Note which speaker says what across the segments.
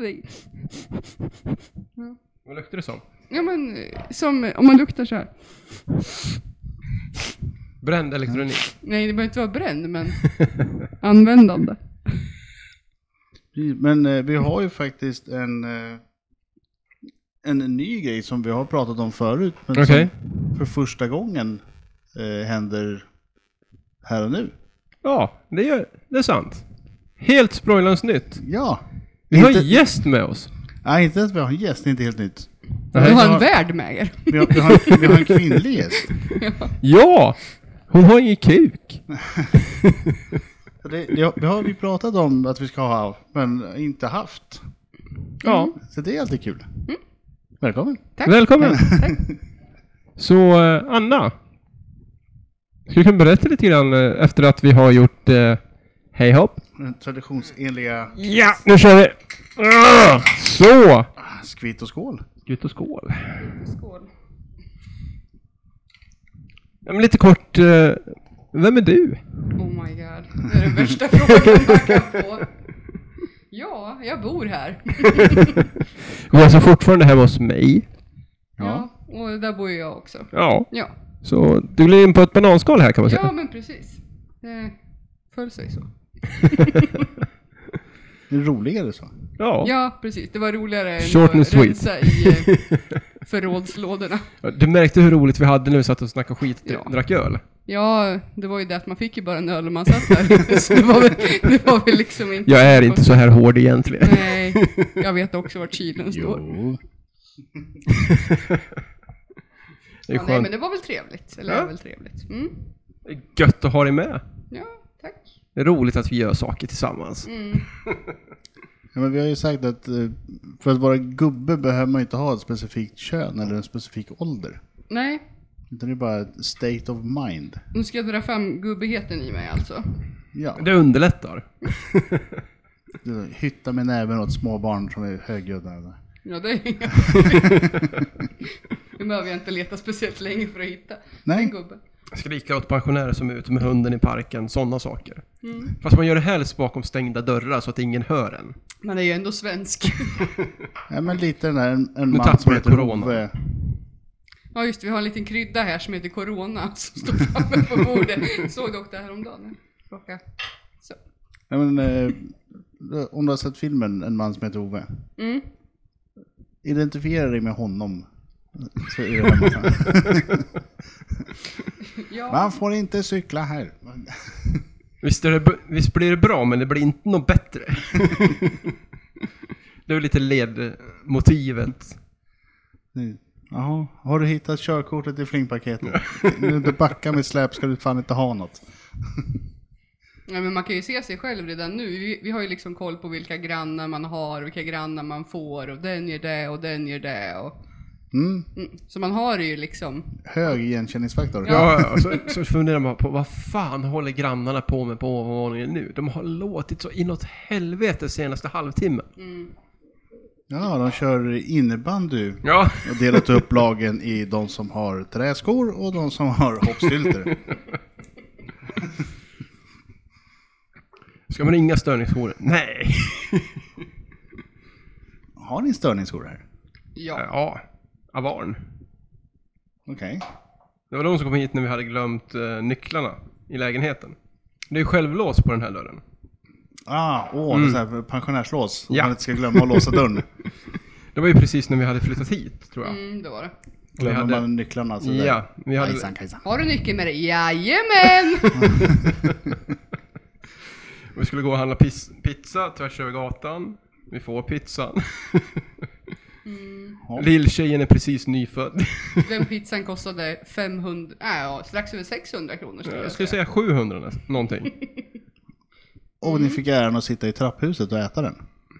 Speaker 1: dig.
Speaker 2: Vad luktar det som?
Speaker 1: Ja men, eh, som eh, om man luktar så här.
Speaker 2: Bränd elektronik.
Speaker 1: Nej, det behöver inte vara bränd, men användande.
Speaker 3: Precis, Men eh, vi har ju faktiskt en, eh, en ny grej som vi har pratat om förut, men
Speaker 2: Okej.
Speaker 3: som för första gången eh, händer här och nu.
Speaker 2: Ja, det är, det är sant. Helt sproilans nytt.
Speaker 3: Ja,
Speaker 2: Vi har
Speaker 3: Inte-
Speaker 2: en gäst med oss.
Speaker 3: nej inte att vi har en gäst, det är inte helt nytt.
Speaker 1: Du
Speaker 2: Nej.
Speaker 1: har en värd med er.
Speaker 3: Vi har, vi har, vi har en kvinnlig gäst.
Speaker 2: Ja! Hon har ingen kuk.
Speaker 3: Och Det, det, har- det har vi pratat om att vi ska ha, men inte haft.
Speaker 2: Ja,
Speaker 3: Så det är alltid kul. Välkommen.
Speaker 1: Tack.
Speaker 2: välkommen.
Speaker 1: Tack.
Speaker 2: Så eh, Anna. Ska du kunna berätta lite grann eh, efter att vi har gjort eh, Hej hopp?
Speaker 3: Den traditionsenliga
Speaker 2: Ja, nu kör vi! Ah, Så!
Speaker 3: skvitt och skål.
Speaker 2: Ut och skål. Ja, men lite kort, eh, vem är du?
Speaker 1: Oh my god, det är den värsta frågan man kan få. Ja, jag bor här.
Speaker 2: Du är alltså fortfarande hemma hos mig.
Speaker 1: Ja, och där bor ju jag också.
Speaker 2: Ja.
Speaker 1: Ja,
Speaker 2: Så du glider in på ett bananskal här kan man säga.
Speaker 1: ja men precis. Det föll sig så.
Speaker 3: Det är roligare så.
Speaker 2: Ja.
Speaker 1: Ja, precis. Det var roligare än
Speaker 2: Short and
Speaker 1: att
Speaker 2: sweet.
Speaker 1: rensa i eh, förrådslådorna.
Speaker 2: Du märkte hur roligt vi hade när vi satt och snackade skit och
Speaker 1: Ja.
Speaker 2: drack öl.
Speaker 1: Ja, det var ju det att man fick ju bara en öl om man satt där. Så det var väl, det var väl liksom inte...
Speaker 2: Jag är inte så här hård egentligen.
Speaker 1: Nej, jag vet också vart kylen står.
Speaker 2: Det är
Speaker 1: Ja, nej, men
Speaker 2: skönt.
Speaker 1: det var väl trevligt. Eller
Speaker 2: Ja.
Speaker 1: är väl trevligt. Mm.
Speaker 2: Det är gött att ha dig med.
Speaker 1: Ja, tack.
Speaker 2: Det är roligt att vi gör saker tillsammans.
Speaker 1: Mm.
Speaker 3: Ja, men vi har ju sagt att eh, för att vara gubbe behöver man inte ha ett specifikt kön eller en specifik ålder.
Speaker 1: Nej,
Speaker 3: Utan det är bara ett state of mind.
Speaker 1: nu ska jag dra fram gubbigheten i mig alltså.
Speaker 3: Ja,
Speaker 2: Det underlättar.
Speaker 3: det är hytta med näven åt små barn som är högljudda.
Speaker 1: Ja, det är inga Nu behöver jag inte leta speciellt länge för att hitta en
Speaker 3: Nej,
Speaker 1: gubbe.
Speaker 2: Skrika åt pensionärer som är ute med hunden i parken, sådana saker.
Speaker 1: Mm.
Speaker 2: Fast man gör det helst bakom stängda dörrar så att ingen hör en.
Speaker 1: Man är ju ändå svensk.
Speaker 3: ja, men lite den där en, en
Speaker 2: Nu
Speaker 3: man som
Speaker 2: tappar du
Speaker 3: heter
Speaker 2: corona.
Speaker 3: Ove.
Speaker 1: Ja, just det, vi har en liten krydda här som heter Corona som står framme på bordet. Såg dock det häromdagen. Plocka. Så.
Speaker 3: Ja, men, eh, om du har sett filmen En man som heter Ove.
Speaker 1: Mm.
Speaker 3: Identifiera dig med honom. Så är det här man-
Speaker 1: Ja,
Speaker 3: man får inte cykla här.
Speaker 2: Visst, är det, b- visst blir det bra, men det blir inte något bättre. det är väl lite ledmotivet.
Speaker 3: Nu. Jaha, har du hittat körkortet i flingpaketet? Nu du backar med släp ska du fan inte ha något.
Speaker 1: ja, men man kan ju se sig själv redan nu. Vi, vi har ju liksom koll på vilka grannar man har, vilka grannar man får och den gör det och den gör det. Och,
Speaker 3: Mm.
Speaker 1: mm. Så man har det ju liksom
Speaker 3: Hög igenkänningsfaktor.
Speaker 2: Ja, och så, så funderar man på vad fan håller grannarna på med på ovanvåningen nu? De har låtit så inåt helvete senaste halvtimmen.
Speaker 3: Ja, de kör innebandy
Speaker 2: Ja,
Speaker 3: och delat upp lagen i de som har träskor och de som har hoppsylter.
Speaker 2: ska man ringa störningsjouren? Nej.
Speaker 3: Har ni störningsskor här?
Speaker 1: Ja.
Speaker 2: Ja, Avarn.
Speaker 3: Okej.
Speaker 2: Det var de som kom hit när vi hade glömt eh, nycklarna i lägenheten. Det är ju självlås på den här dörren.
Speaker 3: Ah, åh, det är så här pensionärslås.
Speaker 2: Mm. Ja.
Speaker 3: Man inte ska glömma att låsa dörren.
Speaker 2: Det var ju precis när vi hade flyttat hit, tror jag.
Speaker 1: Mm, det var det.
Speaker 2: Vi
Speaker 3: Glömmer
Speaker 2: hade,
Speaker 3: man nycklarna så där.
Speaker 2: ja, vi hade,
Speaker 3: Kajsan, kajsan.
Speaker 1: Har du nyckeln med dig? Jajamän!
Speaker 2: Vi skulle gå och handla pis, pizza tvärs över gatan. Vi får pizzan.
Speaker 3: Ja.
Speaker 2: Lilltjejen är precis nyfödd.
Speaker 1: Mm. Den pizzan kostade 500, nej ja, strax över 600 kronor skulle
Speaker 2: Jag
Speaker 1: jag
Speaker 2: skulle
Speaker 1: säga.
Speaker 2: säga 700 näst- någonting.
Speaker 3: Och ni fick äran att sitta i trapphuset och äta den.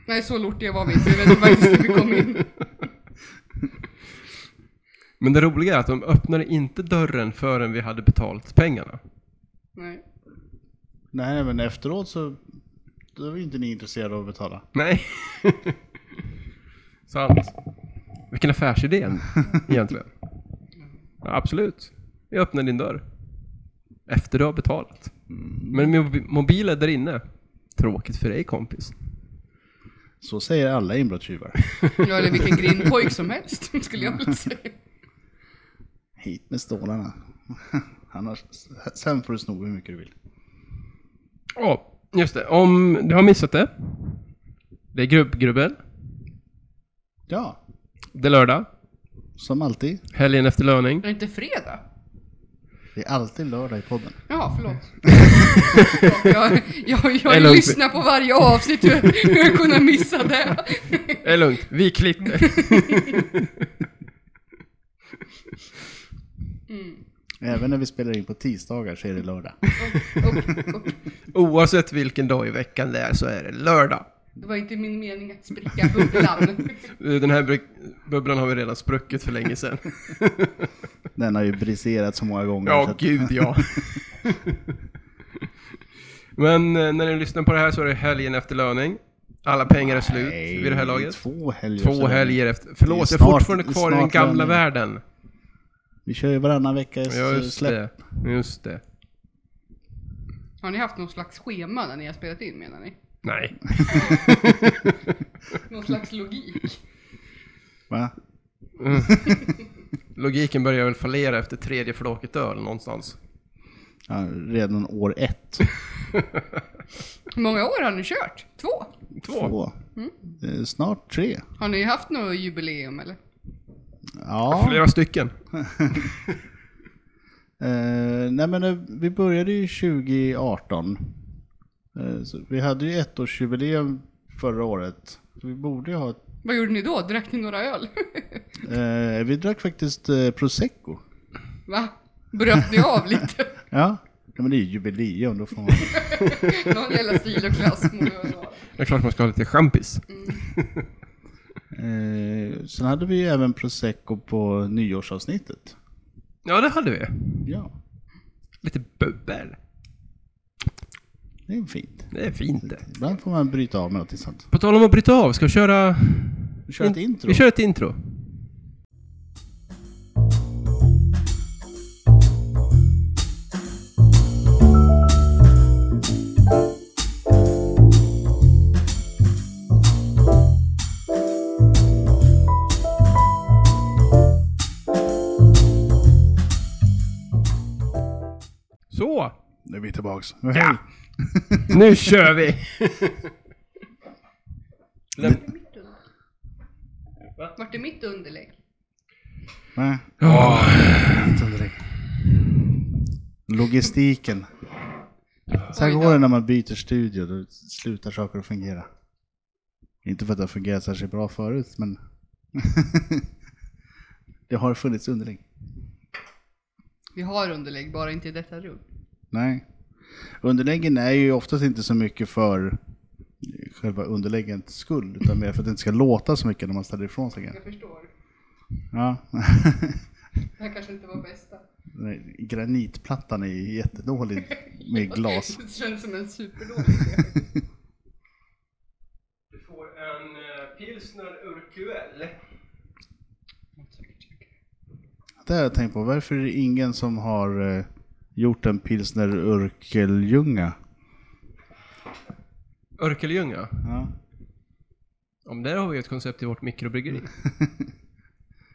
Speaker 1: Nej, så lortiga var vi inte. Jag vet inte faktiskt hur vi kom in.
Speaker 2: Men det roliga är att de öppnade inte dörren förrän vi hade betalt pengarna.
Speaker 1: Nej.
Speaker 3: Nej, men efteråt så då var ju inte ni intresserade av att betala.
Speaker 2: Nej. Sant. Vilken affärsidé egentligen. Ja, absolut. Jag öppnar din dörr. Efter du har betalat. Men min mobil är där inne. Tråkigt för dig kompis.
Speaker 3: Så säger alla inbrottstjuvar.
Speaker 1: Ja, eller vilken grindpojk som helst, skulle jag vilja säga.
Speaker 3: Hit med stålarna. Annars, sen får du sno hur mycket du vill.
Speaker 2: Ja, just det. Om du har missat det. Det är grubbgrubbel.
Speaker 3: Ja,
Speaker 2: Det är lördag.
Speaker 3: som alltid.
Speaker 2: Helgen efter löning.
Speaker 1: Är det inte fredag?
Speaker 3: Det är alltid lördag i podden.
Speaker 1: Jaha, förlåt. jag jag, jag
Speaker 2: Eller-
Speaker 1: lyssnar på varje avsnitt, hur hur jag kunde missa det.
Speaker 2: Det är lugnt, vi klipper.
Speaker 1: Mm.
Speaker 3: Även när vi spelar in på tisdagar så är det lördag.
Speaker 1: Och, och,
Speaker 2: Oavsett vilken dag i veckan det är så är det lördag.
Speaker 1: det var inte min mening att spricka bubblan.
Speaker 2: Eh, Den här bru- bubblan har vi redan spruckit för länge sedan.
Speaker 3: Den har ju briserat så många gånger. så
Speaker 2: Ja,
Speaker 3: att-
Speaker 2: gud ja. Men eh, när ni lyssnar på det här så är det helgen efter löning. Alla pengar är slut
Speaker 3: Nej,
Speaker 2: vid det här laget.
Speaker 3: Två helger.
Speaker 2: Två
Speaker 3: sedan.
Speaker 2: helger efter. Förlåt,
Speaker 3: Det är
Speaker 2: jag är
Speaker 3: snart-
Speaker 2: fortfarande
Speaker 3: det är
Speaker 2: kvar i den
Speaker 3: snart
Speaker 2: gamla
Speaker 3: löning.
Speaker 2: världen.
Speaker 3: Vi kör ju varannan vecka
Speaker 2: Ja,
Speaker 3: ja,
Speaker 2: just
Speaker 3: släpp.
Speaker 2: det. Just det.
Speaker 1: Har ni haft någon slags schema när ni har spelat in menar ni?
Speaker 2: Nej.
Speaker 1: Någon slags logik?
Speaker 3: Va?
Speaker 2: Mm. Logiken börjar väl fallera efter tredje flaket öl någonstans.
Speaker 3: Ja, redan år ett.
Speaker 1: Hur många år har ni kört? Två?
Speaker 2: Två. Mm.
Speaker 3: Eh, Snart tre.
Speaker 1: Har ni haft något jubileum eller?
Speaker 3: Ja.
Speaker 2: Flera stycken.
Speaker 3: Eh, nej men eh, vi började ju 2018. Eh, så vi hade ju ettårsjubileum förra året. Så vi borde ju ha ett...
Speaker 1: Vad gjorde ni då? Drack ni några öl?
Speaker 3: Eh, vi drack faktiskt eh, prosecco.
Speaker 1: Va? Bröt ni av lite?
Speaker 3: Ja. ja, men det är ju jubileum. Då får man...
Speaker 1: Någon jävla stil och klass må det väl vara.
Speaker 2: Det är klart man ska ha lite champis.
Speaker 3: eh, sen hade vi ju även prosecco på nyårsavsnittet.
Speaker 2: Ja, det hade vi.
Speaker 3: Ja,
Speaker 2: Lite bubbel.
Speaker 3: det är fint.
Speaker 2: Det är fint det.
Speaker 3: Ibland får man bryta av med något sånt.
Speaker 2: På tal om att bryta av, ska vi köra...
Speaker 3: Vi kör ett intro.
Speaker 2: Vi kör ett intro. Så!
Speaker 3: Nu är vi tillbaks.
Speaker 2: Ja. Nu kör vi! Läm-
Speaker 1: Vart är mitt underlägg?
Speaker 3: Nej,
Speaker 2: Åh.
Speaker 3: inte direkt. Logistiken. Så här
Speaker 1: Oj då.
Speaker 3: går det när man byter studio, då slutar saker att fungera. Inte för att det har fungerat särskilt bra förut, men det har funnits underlägg.
Speaker 1: Vi har underlägg, bara inte i detta rum.
Speaker 3: Nej. Underläggen är ju oftast inte så mycket för själva underläggens skull, utan mer för att det inte ska låta så mycket när man ställer ifrån sig grejer.
Speaker 1: Jag förstår.
Speaker 3: Ja.
Speaker 1: Det här kanske inte var bästa.
Speaker 3: Nej, Granitplattan är ju jättedålig med glas.
Speaker 1: Det känns som en superdålig idé.
Speaker 2: Du får en
Speaker 3: eh,
Speaker 2: pilsner ur QL.
Speaker 3: Det har jag tänkt på. Varför är det ingen som har eh, gjort en pilsner Örkeljunga?
Speaker 2: Örkeljunga.
Speaker 3: Ja.
Speaker 2: Om där har vi ett koncept i vårt mikrobryggeri.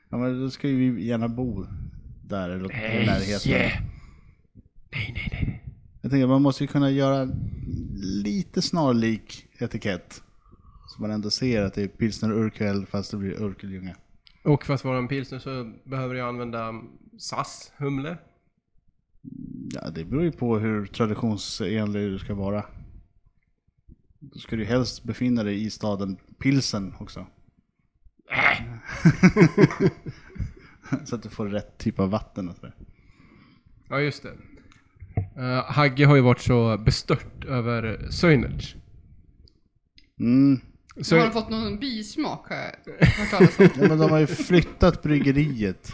Speaker 3: ja, men då ska ju vi gärna bo där eller i närheten.
Speaker 2: Nej, nej, nej.
Speaker 3: Jag tänker man måste ju kunna göra lite snarlik etikett. Så man ändå ser att det är pilsner Urkel fast det blir Örkeljunga.
Speaker 2: Och för att vara en pilsner så behöver jag använda SAS humle.
Speaker 3: Ja, det beror ju på hur traditionsenlig du ska vara. Då ska du helst befinna dig i staden Pilsen också. Så att du får rätt typ av vatten och sådär.
Speaker 2: Ja, just det. Eh, Hagge har ju varit så bestört över Söjnerts.
Speaker 3: Mm.
Speaker 2: Så,
Speaker 1: Har de fått någon bismak har jag hört talas om?
Speaker 3: Ja, men de har ju flyttat bryggeriet.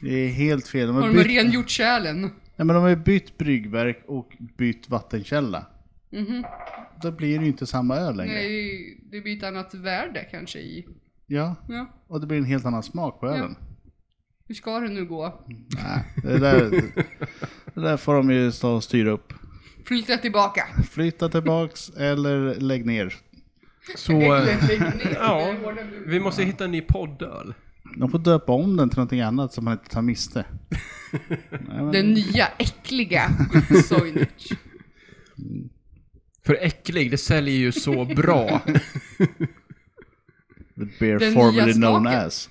Speaker 3: Det är helt fel. De
Speaker 1: Har
Speaker 3: har,
Speaker 1: de
Speaker 3: bytt,
Speaker 1: rengjort kärlen? Mhm.
Speaker 3: ja, men de har ju bytt bryggverk och bytt vattenkälla.
Speaker 1: Mhm.
Speaker 3: Då blir det ju inte samma öl längre.
Speaker 1: Nej, det blir ett annat värde kanske i.
Speaker 3: Ja,
Speaker 1: Ja.
Speaker 3: och det blir en helt annan smak på ölen.
Speaker 1: Hur ska det nu gå?
Speaker 3: Nej, det där, det där får de ju stå och styra upp.
Speaker 1: Flytta tillbaka.
Speaker 3: Flytta tillbaks eller lägg ner.
Speaker 2: Så... eh,
Speaker 1: Lägg ner.
Speaker 2: Ja,
Speaker 1: Det är hårda bruk.
Speaker 2: vi måste hitta en ny poddöl.
Speaker 3: De får döpa om den till någonting annat så man inte tar miste. Nej, men,
Speaker 1: Den nya äckliga Soinich.
Speaker 2: För äcklig, det säljer ju så bra.
Speaker 3: the beer
Speaker 1: den
Speaker 3: formerly
Speaker 1: nya
Speaker 3: known
Speaker 1: smaken.
Speaker 3: as.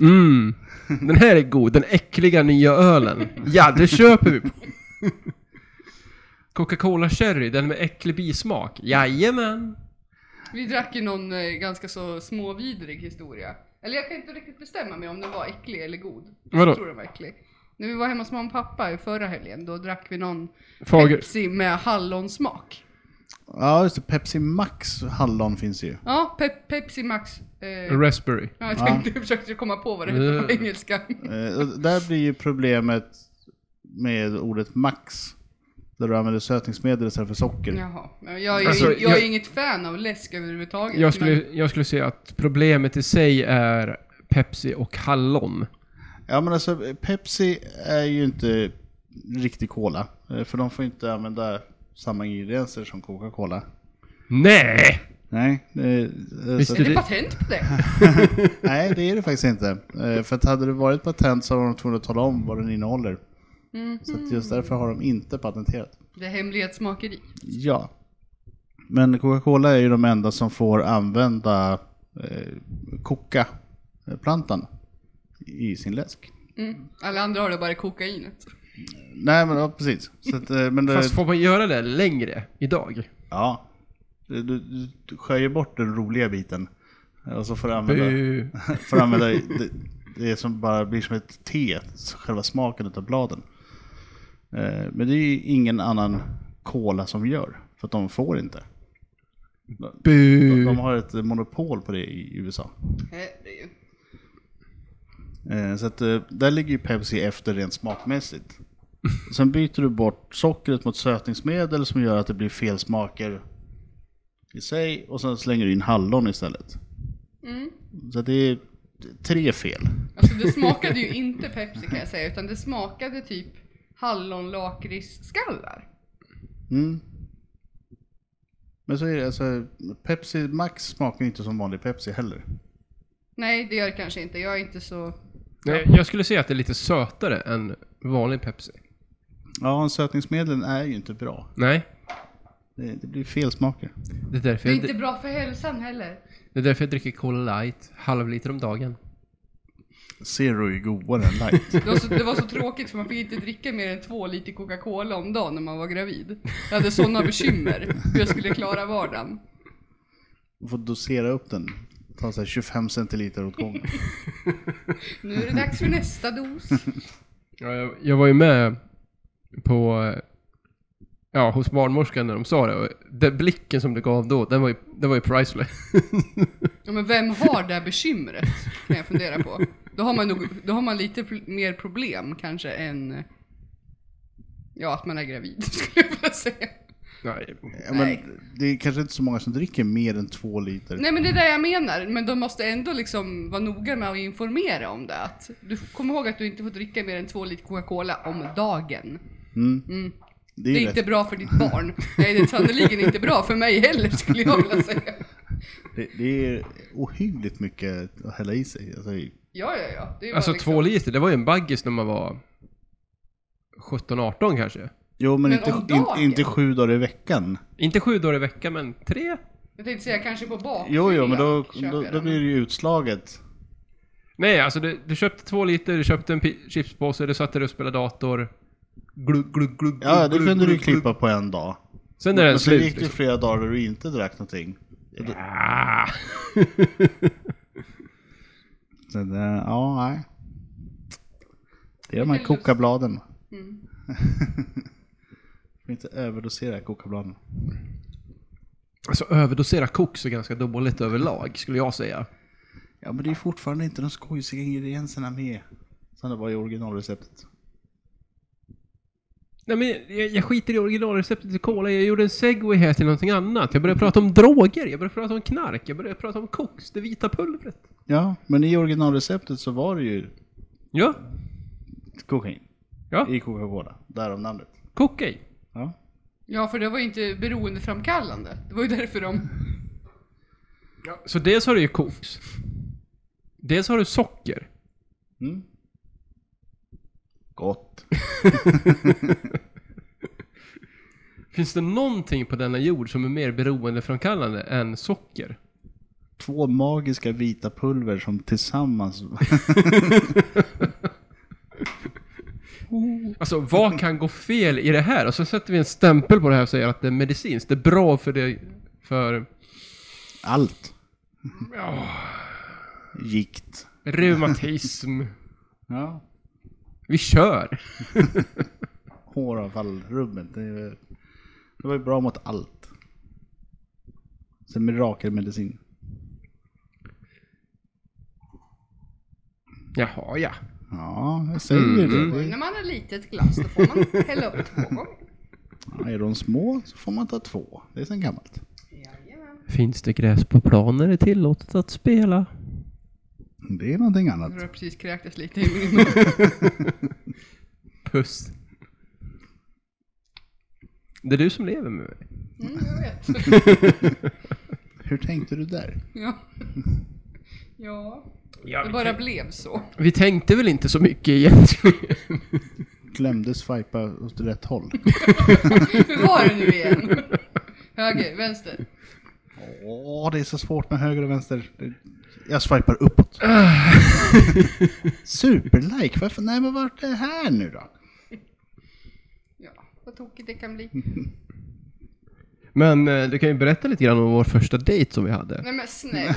Speaker 2: Mm. Den här är god, den äckliga nya ölen. Ja, det köper vi på. Coca-Cola Cherry, den med äcklig bismak. Jajamän.
Speaker 1: Vi drack ju någon eh, ganska så småvidrig historia. Eller jag kan inte riktigt bestämma mig om den var äcklig eller god.
Speaker 2: Vadå?
Speaker 1: Jag tror den var äcklig. När vi var hemma hos mamma och pappa i förra helgen, då drack vi någon
Speaker 2: Fager.
Speaker 1: Pepsi med hallonsmak.
Speaker 3: Ja, just det. Pepsi Max hallon finns ju.
Speaker 1: Ja, pe- Pepsi Max. Eh,
Speaker 2: Raspberry.
Speaker 1: ja, jag tänkte, jag försökte komma på vad det heter på engelska.
Speaker 3: Eh, och där blir ju problemet med ordet max. Där du använder sötningsmedel istället för socker.
Speaker 1: Jaha, jag är, ju-
Speaker 2: Alltså,
Speaker 1: jag,
Speaker 2: jag-
Speaker 1: är inget fan av läsk överhuvudtaget.
Speaker 2: Jag skulle,
Speaker 1: men-
Speaker 2: jag skulle säga att problemet i sig är Pepsi och hallon.
Speaker 3: Ja men alltså eh, Pepsi är ju inte riktig cola. eh, För de får inte använda samma ingredienser som Coca-Cola.
Speaker 2: Nej!
Speaker 3: Nej, eh, eh,
Speaker 2: Visst
Speaker 3: så-
Speaker 1: Är det
Speaker 2: Det-
Speaker 1: patent på det?
Speaker 3: nej det är det faktiskt inte. Eh, För att hade det varit patent så var de tvungna att tala om vad den innehåller. Så att just därför har de inte patenterat.
Speaker 1: Det är hemlighetsmakeri.
Speaker 3: Ja. Men Coca-Cola är ju de enda som får använda eh, koka-plantan i sin läsk.
Speaker 1: Mm. Alla andra har det bara i kokainet.
Speaker 3: Nej men ja, precis. Så att, eh, men det,
Speaker 2: Fast får man göra det längre idag?
Speaker 3: Ja. Du, du, du- du skär ju bort den roliga biten. Och så får du använda,
Speaker 2: Bu.
Speaker 3: får du använda det, det som bara blir som ett te, själva smaken av bladen. Eh, Men det är ju ingen annan kola som gör, för att de får inte. De
Speaker 2: Bu.
Speaker 3: har ett monopol på det i USA.
Speaker 1: Herregud.
Speaker 3: Eh, Så att eh, där ligger ju Pepsi efter rent smakmässigt. Sen byter du bort sockret mot sötningsmedel som gör att det blir fel smaker i sig och sen slänger du in hallon istället.
Speaker 1: Mm.
Speaker 3: Så att det är tre fel.
Speaker 1: Alltså det smakade ju inte Pepsi kan jag säga, utan det smakade typ hallonlakritsskallar.
Speaker 3: Mm. Men så är det alltså, Pepsi Max smakar ju inte som vanlig Pepsi heller.
Speaker 1: Nej, det gör det kanske inte. Jag är inte så...
Speaker 2: Nej, Jag skulle säga att det är lite sötare än vanlig Pepsi.
Speaker 3: Ja, sötningsmedlen är ju inte bra.
Speaker 2: Nej.
Speaker 3: Det, det blir fel smaker.
Speaker 2: Det är därför
Speaker 1: Det är
Speaker 2: jag,
Speaker 1: inte bra för hälsan heller.
Speaker 2: det är därför jag dricker Cola Light, halv liter om dagen.
Speaker 3: Zero är ju godare än light.
Speaker 1: Det var, så, det var så tråkigt för man fick inte dricka mer än två liter Coca-Cola om dagen när man var gravid. Jag hade sådana bekymmer hur jag skulle klara vardagen.
Speaker 3: Man får dosera upp den. Ta så här 25 centiliter åt gången.
Speaker 1: Nu är det dags för nästa dos.
Speaker 2: Ja, jag, jag var ju med på, eh, ja, hos barnmorskan när de sa det. Och den blicken som du gav då, den var ju, den var ju priceless.
Speaker 1: Ja, men vem har det här bekymret? Kan jag fundera på. Då har man, nog, då har man lite pr- mer problem kanske än ja, att man är gravid skulle jag vilja säga.
Speaker 2: Nej.
Speaker 3: Ja, men
Speaker 1: Nej.
Speaker 3: det är kanske inte så många som dricker mer än två liter.
Speaker 1: Nej men det är det jag menar, men de måste ändå liksom vara noga med att informera om det. Att du kommer ihåg att du inte får dricka mer än två liter Coca-Cola om dagen.
Speaker 3: Mm. det
Speaker 1: Mm. Det
Speaker 3: är
Speaker 1: är
Speaker 3: ju
Speaker 1: inte
Speaker 3: rätt.
Speaker 1: bra för ditt barn. Nej det är sannerligen inte bra för mig heller skulle jag vilja säga.
Speaker 3: Det, det är ohyggligt mycket att hälla i sig. Alltså, i-
Speaker 1: Ja ja ja. Det är ju bara
Speaker 2: Alltså
Speaker 1: liksom-
Speaker 2: två liter, det var ju en baggis när man var 17-18 kanske.
Speaker 3: jo, men,
Speaker 1: Men
Speaker 3: inte,
Speaker 1: om
Speaker 3: in,
Speaker 1: dagen?
Speaker 3: inte sju dagar i veckan.
Speaker 2: Inte sju dagar i veckan, men tre?
Speaker 1: Jag tänkte säga kanske på bakfyllan.
Speaker 3: Jo, jo, men då,
Speaker 1: köper
Speaker 3: då,
Speaker 1: jag
Speaker 3: då
Speaker 1: den.
Speaker 3: blir det ju utslaget.
Speaker 2: Nej, alltså du, du köpte två liter, du köpte en pi- chipspåse, du satte dig och spelade dator. Glugg, glugg, glugg,
Speaker 3: Ja, det
Speaker 2: glugg,
Speaker 3: kunde du ju
Speaker 2: glugg, glugg.
Speaker 3: klippa på en dag.
Speaker 2: Sen är den
Speaker 3: Men sen
Speaker 2: slut.
Speaker 3: gick det
Speaker 2: Liksom.
Speaker 3: flera dagar där du inte drack någonting.
Speaker 2: Ah.
Speaker 3: Så, det- ja, nej. Det är de här
Speaker 1: Vilken lust.
Speaker 3: kokabladen.
Speaker 1: Mm.
Speaker 3: Får inte överdosera kokabladen.
Speaker 2: Alltså överdosera koks är ganska dåligt överlag, skulle jag säga.
Speaker 3: Ja, men det är fortfarande inte de skojsiga ingredienserna med. Som det var i originalreceptet.
Speaker 2: Nej men jag, jag skiter i originalreceptet till cola, jag gjorde en segway här till någonting annat. Jag började prata om droger, jag började prata om knark, jag började prata om koks, det vita pulvret.
Speaker 3: Ja, men i originalreceptet så var det ju
Speaker 2: Ja,
Speaker 3: kokain.
Speaker 2: Ja.
Speaker 3: I Coca-Cola. Därav namnet.
Speaker 2: kokain.
Speaker 3: Ja.
Speaker 1: Ja, för det var ju inte beroendeframkallande. Det var ju därför de
Speaker 2: Så dels har du ju koks. Dels har du socker.
Speaker 3: Mm. Gott.
Speaker 2: Finns det någonting på denna jord som är mer beroendeframkallande än socker?
Speaker 3: Två magiska vita pulver som tillsammans...
Speaker 1: Oh.
Speaker 2: Alltså vad kan gå fel i det här? Och så sätter vi en stämpel på det här och säger att det är medicinskt. Det är bra för det, för
Speaker 3: Allt.
Speaker 2: ja,
Speaker 3: Gikt.
Speaker 2: reumatism.
Speaker 3: Ja.
Speaker 2: Vi kör!
Speaker 3: Håravfallrubbet. Det, är ju- det var ju bra mot allt. Sen mirakelmedicin.
Speaker 2: Jaha ja.
Speaker 3: Ja, jag säger ju det. det.
Speaker 1: När man har litet glas då får man hälla upp två gånger.
Speaker 3: Ja, är de små så får man ta två. Det är sen gammalt.
Speaker 1: Jajamän.
Speaker 2: Finns det gräs på planen är det tillåtet att spela.
Speaker 3: Det är någonting annat.
Speaker 1: Nu har jag precis kräktes lite i min mun.
Speaker 2: Puss. Det är du som lever med mig.
Speaker 1: Mm, jag vet.
Speaker 3: Hur tänkte du där?
Speaker 1: Ja. ja,
Speaker 2: Ja,
Speaker 1: det bara blev så.
Speaker 2: Vi tänkte väl inte så mycket egentligen.
Speaker 3: Glömde swipa åt rätt håll.
Speaker 1: Hur var det nu igen? Höger, vänster.
Speaker 3: Åh, det är så svårt med höger och vänster. Jag swipar uppåt. Superlike, varför? Nej, men vart är det här nu då?
Speaker 1: Ja, vad tokigt det kan bli.
Speaker 2: Men eh, du kan ju berätta lite grann om vår första dejt som vi hade.
Speaker 1: Nej men snälla.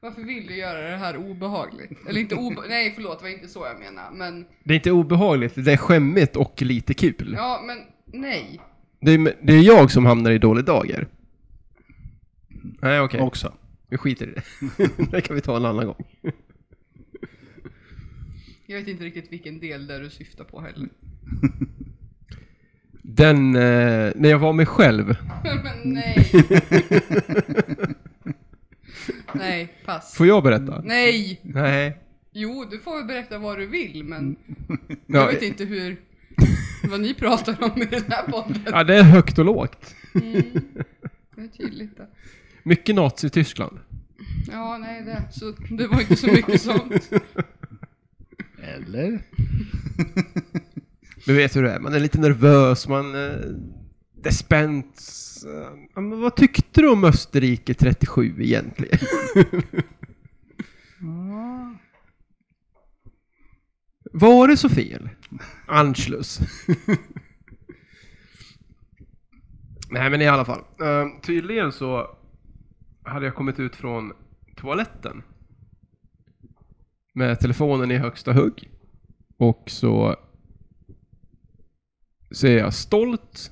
Speaker 1: Varför vill du göra det här obehagligt? Eller inte obe... Nej förlåt, det var inte så jag menade. Men
Speaker 2: Det är inte obehagligt, det är skämmigt och lite kul.
Speaker 1: ja, men nej.
Speaker 2: Det, är, det är jag som hamnar i dålig dagar. Nej okej,
Speaker 3: Också.
Speaker 2: vi skiter i det. det kan vi ta en annan gång.
Speaker 1: Jag vet inte riktigt vilken del där du syftar på heller.
Speaker 2: Den, eh, när jag var mig själv.
Speaker 1: men nej. nej, pass.
Speaker 2: Får jag berätta?
Speaker 1: Nej!
Speaker 2: Nej.
Speaker 1: Jo, du får väl berätta vad du vill, men jag
Speaker 2: Ja,
Speaker 1: vet inte hur... Vad ni pratar om i den här podden.
Speaker 2: ja, det är högt och lågt.
Speaker 1: Mm. Det är tydligt. Då.
Speaker 2: Mycket Nazi-Tyskland.
Speaker 1: Ja, nej, det, så, det var inte så mycket sånt.
Speaker 3: Eller?
Speaker 2: Du vet hur det är, man är lite nervös, man... Eh, det är spänt. Eh, ja, men vad tyckte du om Österrike 37 egentligen? Var det så fel? Anschluss. Nej men i alla fall. Eh, tydligen så hade jag kommit ut från toaletten. Med telefonen i högsta hugg. Och så säger jag stolt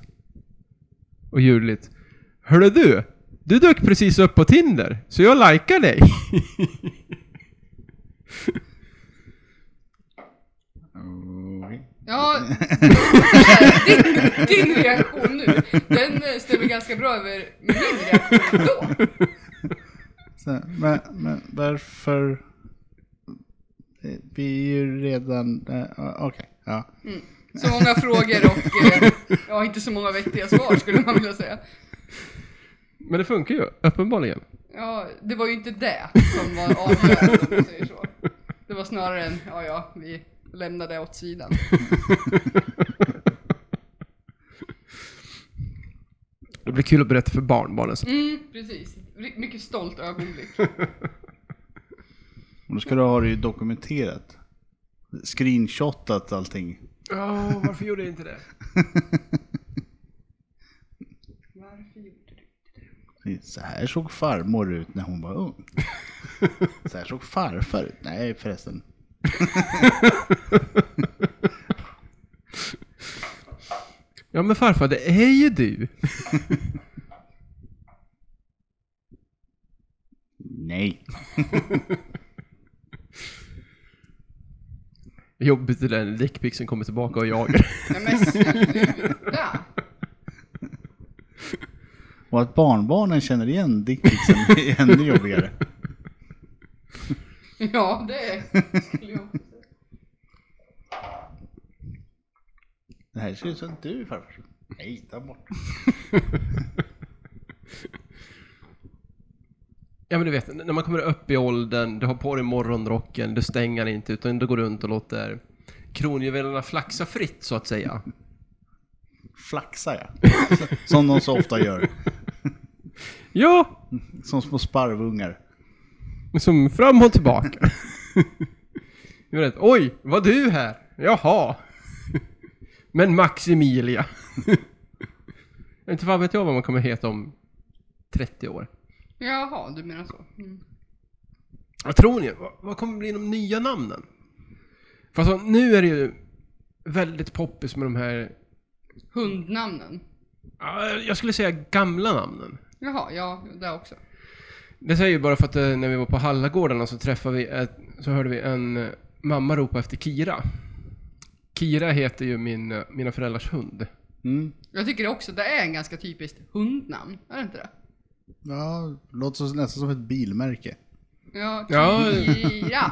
Speaker 2: och ljudligt. Hörru du, du dök precis upp på Tinder, så jag likar dig.
Speaker 3: Okej.
Speaker 1: Ja, din, din reaktion nu, den eh, stämmer ganska bra över min reaktion då.
Speaker 3: Så, men, men varför? Eh, Vi är ju redan... eh, Okej, ja.
Speaker 1: Så många frågor och eh, ja, inte så många vettiga svar skulle man vilja säga.
Speaker 2: Men det funkar ju, uppenbarligen.
Speaker 1: Ja, det var ju inte det som var avgörande om man säger så. Det var snarare en, ja ja, vi lämnar det åt sidan.
Speaker 2: Det blir kul att berätta för barnbarnen. sen.
Speaker 1: Mm, precis. Ry- Mycket stolt ögonblick.
Speaker 3: Och då ska du ha det ju dokumenterat. Screenshotat allting.
Speaker 2: Ja, varför gjorde jag inte det?
Speaker 1: Varför gjorde du?
Speaker 3: Så här såg farmor ut när hon var ung. Så här såg farfar ut. Nej förresten.
Speaker 2: Ja men farfar, det är ju du.
Speaker 3: Nej.
Speaker 2: Jobbigt det där när dickpixen kommer tillbaka och jagar.
Speaker 1: Nej men sluta!
Speaker 3: Och att barnbarnen känner igen dickpixen är ännu jobbigare.
Speaker 1: Ja, det skulle jag också säga.
Speaker 3: Det här ser ut som du farfar. Nej, ta bort.
Speaker 2: Ja men du vet, när man kommer upp i åldern, du har på dig morgonrocken, du stänger den inte utan du går runt och låter kronjuvelerna flaxa fritt så att säga.
Speaker 3: Flaxa ja. Som de så ofta gör.
Speaker 2: Ja!
Speaker 3: Som små sparvungar.
Speaker 2: Som Liksom fram och tillbaka. Jag vet, Oj, var du här? Jaha. Men Maximilia. Inte fan vet jag vad man kommer heta om 30 år.
Speaker 1: Jaha, du menar så. Mm.
Speaker 2: Vad tror ni? Vad, vad kommer bli de nya namnen? För alltså, nu är det ju väldigt poppis med de här,
Speaker 1: Hundnamnen.
Speaker 2: ja, jag skulle säga gamla namnen.
Speaker 1: Jaha, ja, det också.
Speaker 2: Det säger ju bara för att eh, när vi var på Hallagårdarna så träffade vi ett, så hörde vi en eh, mamma ropa efter Kira. Kira heter ju min, eh, mina föräldrars hund.
Speaker 3: Mm.
Speaker 1: Jag tycker också det är en ganska typiskt hundnamn, är det inte det?
Speaker 3: Ja, låter så- nästan som ett bilmärke.
Speaker 1: Ja,
Speaker 2: Ja.
Speaker 1: Kira!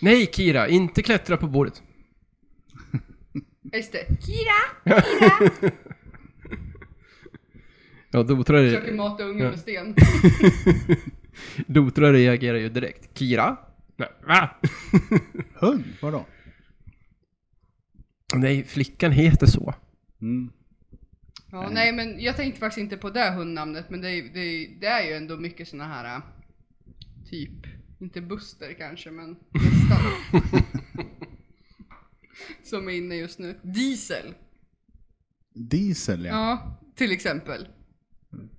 Speaker 2: Nej Kira, inte klättra på bordet.
Speaker 1: Just det. Kira!
Speaker 2: Ja, Dotra,
Speaker 1: Försöker mata ungen med sten.
Speaker 2: Dotra reagerar ju direkt. Kira? Nej, va?
Speaker 3: Hund, vadå?
Speaker 2: Nej, flickan heter så.
Speaker 3: Mm.
Speaker 1: Ja, nej men jag tänkte faktiskt inte på det hundnamnet men det är, ju- det är, det är ju ändå mycket såna här äh, typ, inte Buster kanske men nästan. Som är inne just nu. Diesel.
Speaker 3: Diesel ja.
Speaker 1: Ja, till exempel.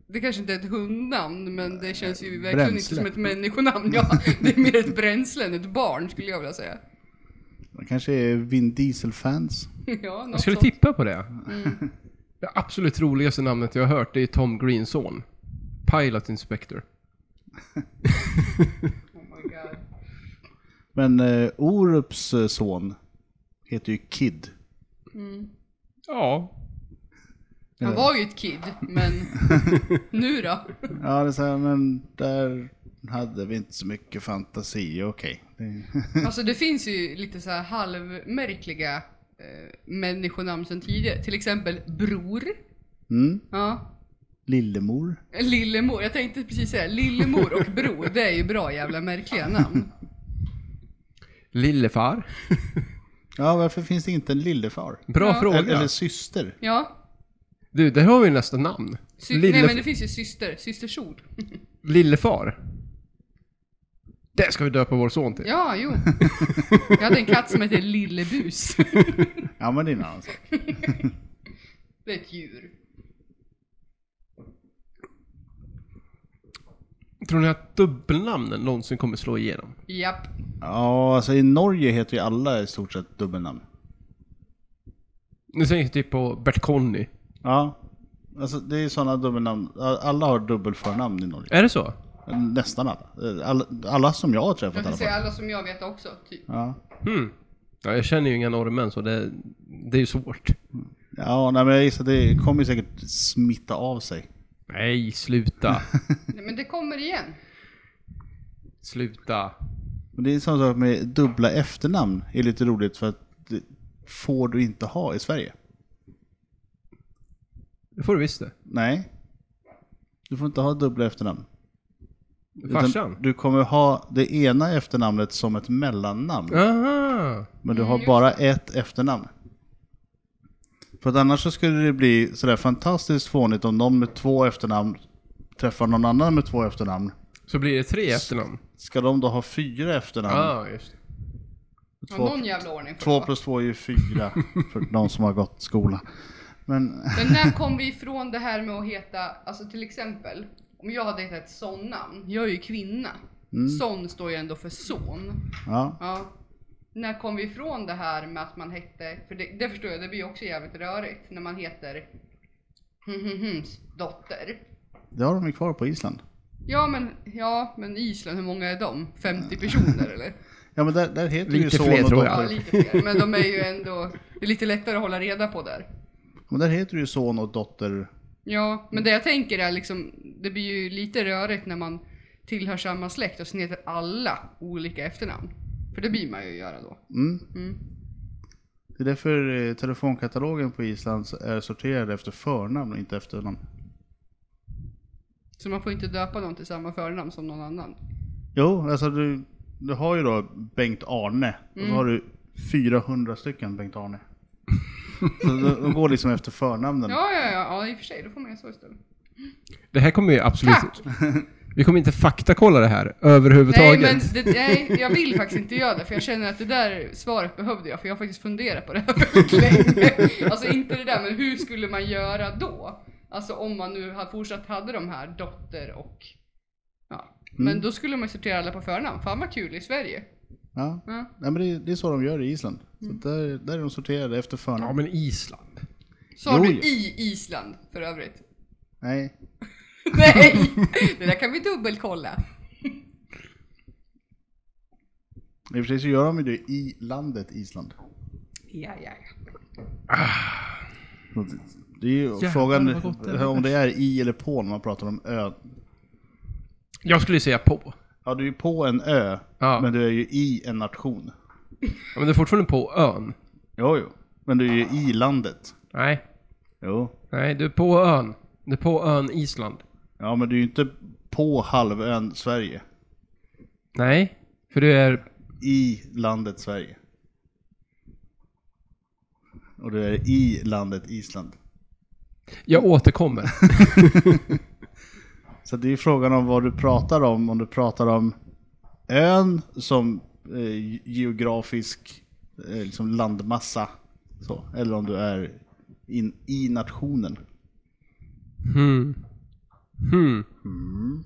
Speaker 1: Det kanske inte är ett hundnamn men det känns ju verkligen inte
Speaker 3: Bränsle.
Speaker 1: som ett människonamn. Ja, det är mer ett bränsle än ett barn skulle jag vilja säga.
Speaker 3: De kanske är Vin Diesel-fans.
Speaker 1: Ja,
Speaker 2: Jag
Speaker 1: något
Speaker 2: skulle
Speaker 1: sånt. Mm.
Speaker 2: tippa på det. Det absolut roligaste namnet jag har hört det är Tom Greens son. Pilot Inspector.
Speaker 1: Oh my God.
Speaker 3: Men eh, Orups eh, son heter ju Kid.
Speaker 2: Ja,
Speaker 1: Han var ju ett kid, men nu då?
Speaker 3: Ja, det är så här, men där hade vi inte så mycket fantasi, okej. Det-
Speaker 1: Alltså det finns ju lite så här halvmärkliga eh, människonamn sen tidigare. Till exempel Bror.
Speaker 3: Mm.
Speaker 1: Ja.
Speaker 3: Lillemor.
Speaker 1: Lillemor. Jag tänkte precis säga Lillemor och Bror. Det är ju bra jävla märkliga namn.
Speaker 2: Lillefar.
Speaker 3: Ja, varför finns det inte en lillefar?
Speaker 2: Bra
Speaker 1: Ja.
Speaker 2: fråga.
Speaker 3: Eller, eller syster.
Speaker 1: Ja.
Speaker 2: Du, där har vi nästa namn.
Speaker 1: Sy- Nej
Speaker 2: Lille-
Speaker 1: men det finns ju syster. Systersord.
Speaker 2: Lillefar. Det ska vi döpa vår son till.
Speaker 1: Ja, jo. Jag hade en katt som hette Lillebus.
Speaker 3: Ja, men det är en annan sak.
Speaker 1: Det är ett djur.
Speaker 2: Tror ni att dubbelnamnen någonsin kommer slå igenom?
Speaker 1: Japp.
Speaker 3: Ja, alltså i Norge heter ju alla i stort sett dubbelnamn.
Speaker 2: Nu tänker jag typ på Bert-Conny.
Speaker 3: Ja. Alltså det är sådana dubbelnamn. Alla har dubbelförnamn i Norge.
Speaker 2: Är det så?
Speaker 3: Nästan alla. Alla, alla som jag har träffat
Speaker 1: Jag
Speaker 3: i
Speaker 1: kan
Speaker 3: alla fall.
Speaker 1: säga alla som jag vet också, typ.
Speaker 3: Ja.
Speaker 2: Hmm. Ja, jag känner ju inga norrmän så det, det är ju svårt.
Speaker 3: Ja, nej, men jag gissar att det kommer ju säkert smitta av sig.
Speaker 2: Nej, sluta.
Speaker 1: Nej, men det kommer igen.
Speaker 2: sluta.
Speaker 3: Men det är samma sak med dubbla efternamn. Det är lite roligt för att det får du inte ha i Sverige.
Speaker 2: Det får du visst det.
Speaker 3: Nej. Du får inte ha dubbla efternamn. Utan
Speaker 2: Farsan?
Speaker 3: Du kommer ha det ena efternamnet som ett mellannamn.
Speaker 2: Aha.
Speaker 3: Men du har bara ett efternamn. För att annars så skulle det bli sådär fantastiskt fånigt om någon med två efternamn träffar någon annan med två efternamn.
Speaker 2: Så blir det tre efternamn?
Speaker 3: Ska de då ha fyra efternamn?
Speaker 2: ah, just det.
Speaker 1: Ja,
Speaker 3: Två-
Speaker 1: någon jävla ordning får det
Speaker 3: Två
Speaker 1: vara.
Speaker 3: plus två är ju fyra för de som har gått skola. Men
Speaker 1: Men när kom vi ifrån det här med att heta, alltså till exempel, om jag hade hetat Sonnan, jag är ju kvinna.
Speaker 3: Mm.
Speaker 1: Son står ju ändå för son.
Speaker 3: ja,
Speaker 1: Ja. När kom vi ifrån det här med att man hette, för det, det förstår jag, det blir ju också jävligt rörigt när man heter dotter.
Speaker 3: det har de ju kvar på Island.
Speaker 1: Ja men, ja men Island, hur många är de? 50 personer eller?
Speaker 3: Ja men där, där heter
Speaker 2: Lite
Speaker 3: ju son
Speaker 2: fler,
Speaker 3: och
Speaker 2: tror jag.
Speaker 1: Ja
Speaker 3: dotter.
Speaker 1: lite fler, men de är ju ändå, det är lite lättare att hålla reda på där.
Speaker 3: Men där heter ju son och dotter.
Speaker 1: Ja, men det jag tänker är liksom, det blir ju lite rörigt när man tillhör samma släkt och sen heter alla olika efternamn. För det blir man ju göra då.
Speaker 3: Mm.
Speaker 1: Mm.
Speaker 3: Det är därför eh, telefonkatalogen på Island är sorterad efter förnamn och inte efternamn.
Speaker 1: Så man får inte döpa någon till samma förnamn som någon annan.
Speaker 3: Jo, alltså du, du har ju då Bengt-Arne. Och
Speaker 1: Mm.
Speaker 3: så har du 400 stycken Bengt-Arne. Så de, de går liksom efter förnamnen.
Speaker 1: Ja, ja, ja, ja i och för sig. Då får man göra så istället.
Speaker 2: Det här kommer ju absolut...
Speaker 1: Tack!
Speaker 2: Vi kommer inte faktakolla det här överhuvudtaget.
Speaker 1: Nej, men det, nej, jag vill faktiskt inte göra det, för jag känner att det där svaret behövde jag, för jag har faktiskt funderat på det här väldigt länge. Alltså inte det där, men hur skulle man göra då? Alltså om man nu hade fortsatt hade de här dotter och... Ja.
Speaker 3: Mm.
Speaker 1: Men då skulle man ju sortera alla på förnamn. Fan vad kul i Sverige.
Speaker 3: Ja.
Speaker 1: Ja.
Speaker 3: Nej, men det, det är så de gör i Island.
Speaker 1: Mm.
Speaker 3: Så där, där är de sorterade efter
Speaker 2: Ja,
Speaker 3: förnamn.
Speaker 2: men Island.
Speaker 1: Sa
Speaker 3: Jo,
Speaker 1: du
Speaker 3: ja.
Speaker 1: i Island för övrigt?
Speaker 3: Nej.
Speaker 1: Nej! Det där kan vi dubbelkolla.
Speaker 3: I och för sig så gör de ju det i landet Island.
Speaker 1: Ja, ja, ja.
Speaker 3: Så det- Det är ju frågan om det är i eller på när man pratar om ö.
Speaker 2: Jag skulle ju säga på.
Speaker 3: Ja, du är ju på en ö,
Speaker 2: Ja.
Speaker 3: men du är ju i en nation.
Speaker 2: Ja, men det är fortfarande på ön.
Speaker 3: Jo, jo. Men du är ju i landet.
Speaker 2: Nej,
Speaker 3: Jo.
Speaker 2: nej, du är på ön. Du är på ön Island.
Speaker 3: Ja, men du är ju inte på halvön Sverige.
Speaker 2: Nej, för du är...
Speaker 3: I landet Sverige. Och du är i landet Island.
Speaker 2: Jag återkommer.
Speaker 3: Så det är frågan om vad du pratar om. Om du pratar om ön som eh, geografisk eh, liksom landmassa. Så. Eller om du är in, i nationen.
Speaker 2: Hmm. Hmm.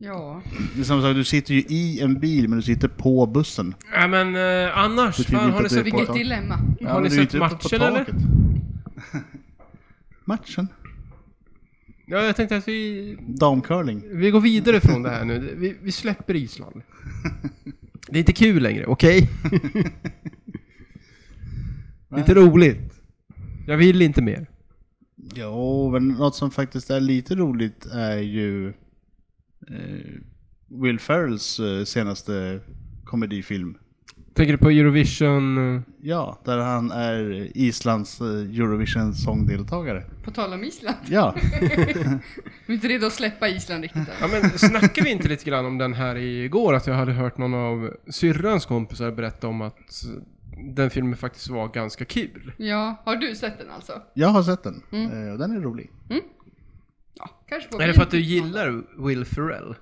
Speaker 1: Ja.
Speaker 3: Det är samma sak, du sitter ju i en bil men du sitter på bussen.
Speaker 2: Ja, men eh, annars,
Speaker 3: Betyder
Speaker 2: fan,
Speaker 3: inte
Speaker 2: har ni
Speaker 3: att det är
Speaker 2: sett...
Speaker 3: på-
Speaker 1: Vilket dilemma.
Speaker 3: Ja,
Speaker 2: Har
Speaker 3: men
Speaker 2: ni
Speaker 3: du är ju
Speaker 2: sett
Speaker 3: inte uppe på
Speaker 2: matchen, eller?
Speaker 3: taket. matchen?
Speaker 2: Ja, jag tänkte att vi,
Speaker 3: Damcurling?
Speaker 2: vi går vidare från det här nu. Vi, vi släpper Island. Det är inte kul längre, okej? Det är inte roligt. Jag vill inte mer.
Speaker 3: Jo, men något som faktiskt är lite roligt är ju eh, Will Ferrells eh, senaste komedifilm.
Speaker 2: Tänker du på Eurovision? eh,
Speaker 3: Ja, där han är Islands eh, Eurovision sångdeltagare.
Speaker 1: På tal om Island.
Speaker 3: Ja,
Speaker 1: Vi är inte redo att släppa Island riktigt än.
Speaker 2: Ja men snackade vi inte lite grann om den här igår? Att jag hade hört någon av syrrans kompisar berätta om att den filmen faktiskt var ganska kul.
Speaker 1: Ja, har du sett den alltså?
Speaker 3: jag har sett den eh, och den är rolig.
Speaker 1: Ja, kanske får
Speaker 2: Är
Speaker 1: vi
Speaker 2: det för
Speaker 1: en
Speaker 2: att du
Speaker 1: tips någon dag.
Speaker 2: gillar Will Ferrell?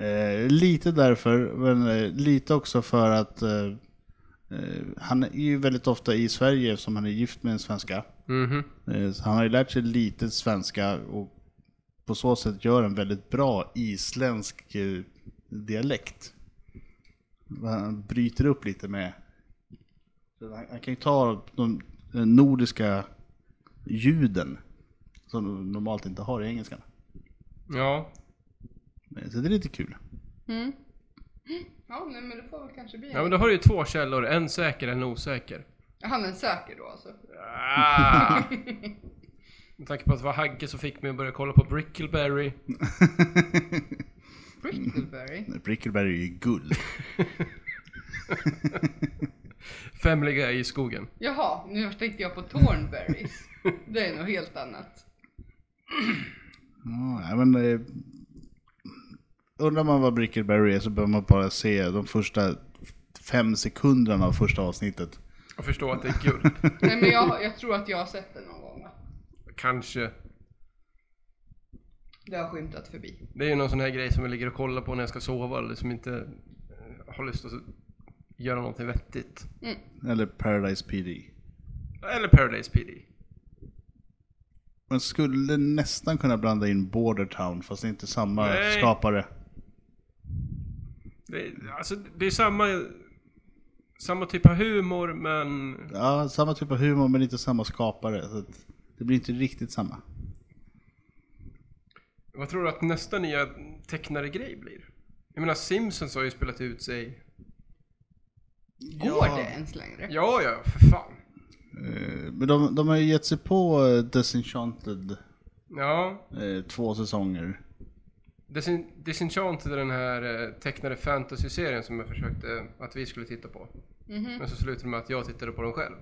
Speaker 3: Eh, lite därför, men eh, lite också för att eh, eh, han är ju väldigt ofta i Sverige eftersom han är gift med en svenska.
Speaker 2: Mhm.
Speaker 3: Eh, Så han har ju lärt sig lite svenska och på så sätt gör en väldigt bra isländsk eh, dialekt. Han bryter upp lite med... så Han han kan ju ta de nordiska ljuden som de normalt inte har i engelskan.
Speaker 2: Ja.
Speaker 3: Eh, Så det är lite kul.
Speaker 1: Mm. Ja, nej, men det får väl kanske bli.
Speaker 2: Ja men då har du ju två källor, en säker och en osäker.
Speaker 1: Han är säker då alltså.
Speaker 2: Ah. Med tanke på att det var Hagge som fick mig att börja kolla på Brickleberry.
Speaker 1: Brickleberry.
Speaker 3: Brickleberry är ju guld.
Speaker 2: Femliga i skogen.
Speaker 1: Jaha, nu tänkte jag på Thornberries. Det är något helt annat.
Speaker 3: Ja, nej, men, eh, undrar man vad Brickleberry är så behöver man bara se de första fem sekunderna av första avsnittet.
Speaker 2: Och förstå att det är guld.
Speaker 1: Nej men jag, jag tror att jag har sett det någon gång va?
Speaker 2: Kanske.
Speaker 1: Det har skymtat förbi.
Speaker 2: Det är ju någon sån här grej som jag ligger och kollar på när jag ska sova eller som inte eh, har lust att göra någonting vettigt.
Speaker 3: Eller Paradise PD.
Speaker 2: Eller Paradise PD.
Speaker 3: Man skulle nästan kunna blanda in Bordertown fast det är inte samma
Speaker 2: Nej.
Speaker 3: skapare.
Speaker 2: Det är, alltså, det är samma, samma typ av humor men...
Speaker 3: Ja, samma typ av humor men inte samma skapare. Så att det blir inte riktigt samma.
Speaker 2: Vad tror du att nästa nya tecknare-grej blir? Jag menar Simpsons har ju spelat ut sig.
Speaker 1: Går det ens längre?
Speaker 2: Ja, ja, för fan.
Speaker 3: Eh, Men de, de har ju gett sig på eh, Disenchanted
Speaker 2: Ja,
Speaker 3: eh, två säsonger.
Speaker 2: Desin- Disenchanted är den här eh, tecknade fantasy-serien som jag försökte att vi skulle titta på. Men så slutade det med att jag tittade på den själv.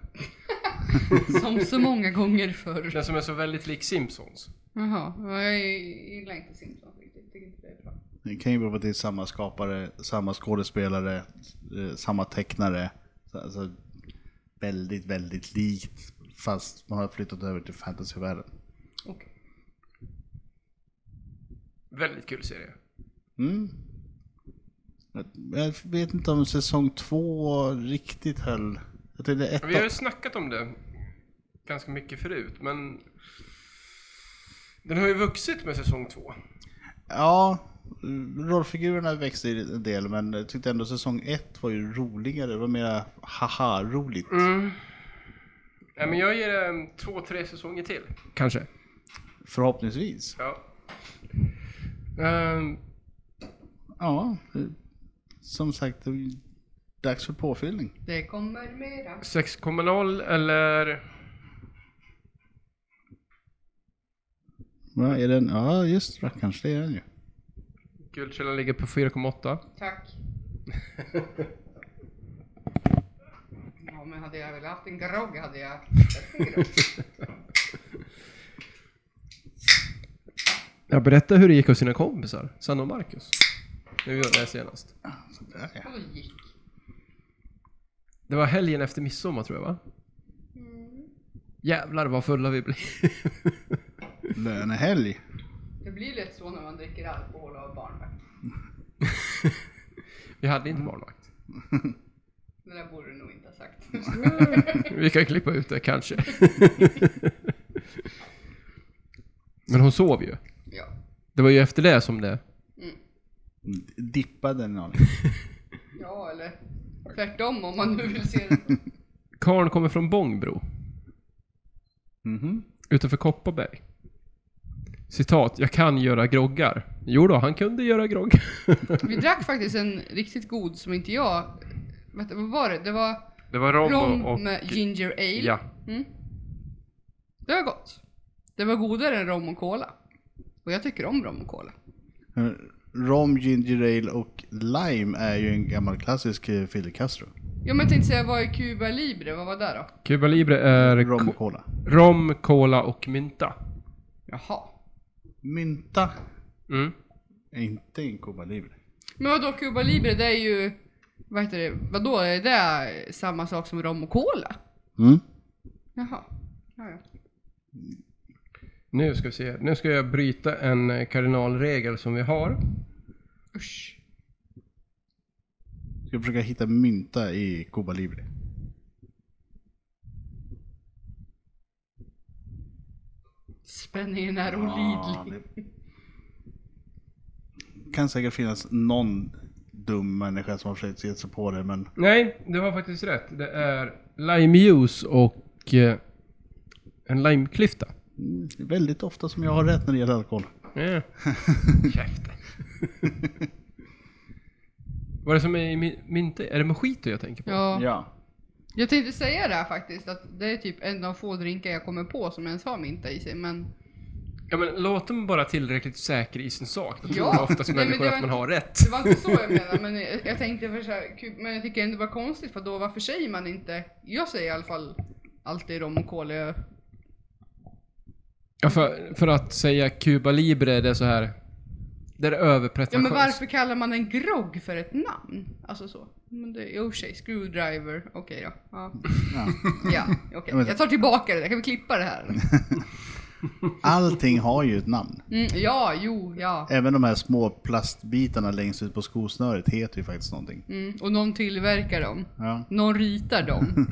Speaker 1: Som så många gånger förr.
Speaker 2: Den som är så väldigt lik Simpsons.
Speaker 1: Jaha, ja, jag gillar inte Simpsons riktigt. Tycker inte det är bra.
Speaker 3: Det kan ju bero på att det är samma skapare, samma skådespelare, eh, samma tecknare. Så- Alltså, väldigt, väldigt likt. Fast man har flyttat över till fantasyvärlden.
Speaker 1: Okej.
Speaker 2: Väldigt kul serie.
Speaker 3: Mm. Jag- Jag vet inte om säsong två riktigt höll. Jag tyckte ett
Speaker 2: Vi har ju snackat om det ganska mycket förut, men den har ju vuxit med säsong två.
Speaker 3: Ja, rollfigurerna växte en del men jag tyckte ändå säsong ett var ju roligare. Det var mer haha-roligt.
Speaker 2: Mm. Nej, men jag ger det mm, två, tre säsonger till. Kanske.
Speaker 3: Förhoppningsvis.
Speaker 2: Ja. Ehm,
Speaker 3: Ja, eh, som sagt, det är dags för påfyllning.
Speaker 1: Det kommer mera.
Speaker 2: 6,0 eller...
Speaker 3: Ja, är den, ja just rackarns, det är den ju.
Speaker 2: Guldkällan ligger på 4,8.
Speaker 1: Tack. Ja, men hade jag väl haft en grogg hade jag haft en grogg.
Speaker 2: Jag berättade hur det gick hos sina kompisar, Sanna och Marcus. När vi gjorde det här senast.
Speaker 3: Sådär ja.
Speaker 1: Vadå gick?
Speaker 2: Det var helgen efter midsommar tror jag va? Jävlar vad fulla vi blev.
Speaker 3: Lönehelg.
Speaker 1: Det blir lätt så när man dricker alkohol och har barnvakt.
Speaker 2: vi hade inte barnvakt.
Speaker 1: Det där borde du nog inte ha sagt.
Speaker 2: Vi kan klippa ut det kanske. Men hon sov ju.
Speaker 1: ja.
Speaker 2: Det var ju efter det som det...
Speaker 3: Dippade en aning.
Speaker 1: ja, eller tvärtom om man nu vill se det.
Speaker 2: Karn kommer från Bångbro.
Speaker 3: Mhm.
Speaker 2: utanför Kopparberg. Citat, jag kan göra groggar. Jo då, han kunde göra groggar.
Speaker 1: Vi drack faktiskt en riktigt god som inte jag... Vet, du, vad var det? Det var
Speaker 2: Det var
Speaker 1: rom med ginger ale.
Speaker 2: Ja.
Speaker 1: Mm. Det var gott. Det var godare än rom och cola. Och jag tycker om rom och cola.
Speaker 3: Eh, Rom, ginger ale och lime är ju en gammal klassisk eh, Fidel Castro.
Speaker 1: Ja men jag tänkte säga, vad är Cuba Libre? Vad var det då?
Speaker 2: Cuba Libre är
Speaker 3: Rom
Speaker 2: rom.
Speaker 3: och cola.
Speaker 2: rom, cola och mynta.
Speaker 1: Jaha.
Speaker 3: Mynta
Speaker 2: Mm.
Speaker 3: är inte en Cuba Libre.
Speaker 1: Men vadå Cuba Libre? Det är ju... Vad heter det? Vadå? Är det samma sak som rom och cola?
Speaker 3: Mm.
Speaker 1: Jaha. Ja, ja.
Speaker 2: Nu ska vi se. Nu ska jag bryta en eh, kardinalregel som vi har.
Speaker 1: Usch.
Speaker 3: Ska försöka hitta mynta i Cuba Libre.
Speaker 1: Spänningen är
Speaker 3: Ja,
Speaker 1: olidlig.
Speaker 3: Ah, det- kan säkert finnas någon dum människa som har försökt se sig på det, men
Speaker 2: Nej, du har faktiskt rätt. Det är limejuice och eh, en limeklyfta.
Speaker 3: mm, det är väldigt ofta som jag har rätt när det gäller alkohol.
Speaker 2: Yeah. Käften. Vad är det som är i mi- mynta? Är det mojito jag tänker på?
Speaker 1: Ja.
Speaker 3: Ja.
Speaker 1: Jag tänkte säga det här faktiskt, att det är typ en av få drinkar jag kommer på som ens har mynta i sig, men...
Speaker 2: Ja men låt dem bara tillräckligt säkra i sin sak. Då tror
Speaker 1: Ja.
Speaker 2: oftast
Speaker 1: Nej, men
Speaker 2: människor
Speaker 1: det var
Speaker 2: att man
Speaker 1: inte-
Speaker 2: har rätt.
Speaker 1: Det var inte så jag menade, men jag, jag tänkte för så här, ku- men jag tycker ändå det var konstigt för då varför säger man inte, jag säger i alla fall alltid rom och cola. jag-
Speaker 2: Ja, för, för att säga Cuba Libre, det är så här... Det är
Speaker 1: Ja men
Speaker 2: överpretentiöst.
Speaker 1: varför kallar man en grogg för ett namn? Alltså så. Men det, jo tjej, screwdriver, okej då. Ja,
Speaker 3: ja.
Speaker 1: ja okej. Jag tar tillbaka det där, kan vi klippa det här?
Speaker 3: Allting har ju ett namn.
Speaker 1: Mm, ja, jo, ja.
Speaker 3: Även de här små plastbitarna längst ut på skosnöret heter ju faktiskt någonting.
Speaker 1: Mm, och någon tillverkar dem.
Speaker 3: Ja.
Speaker 1: Någon ritar dem.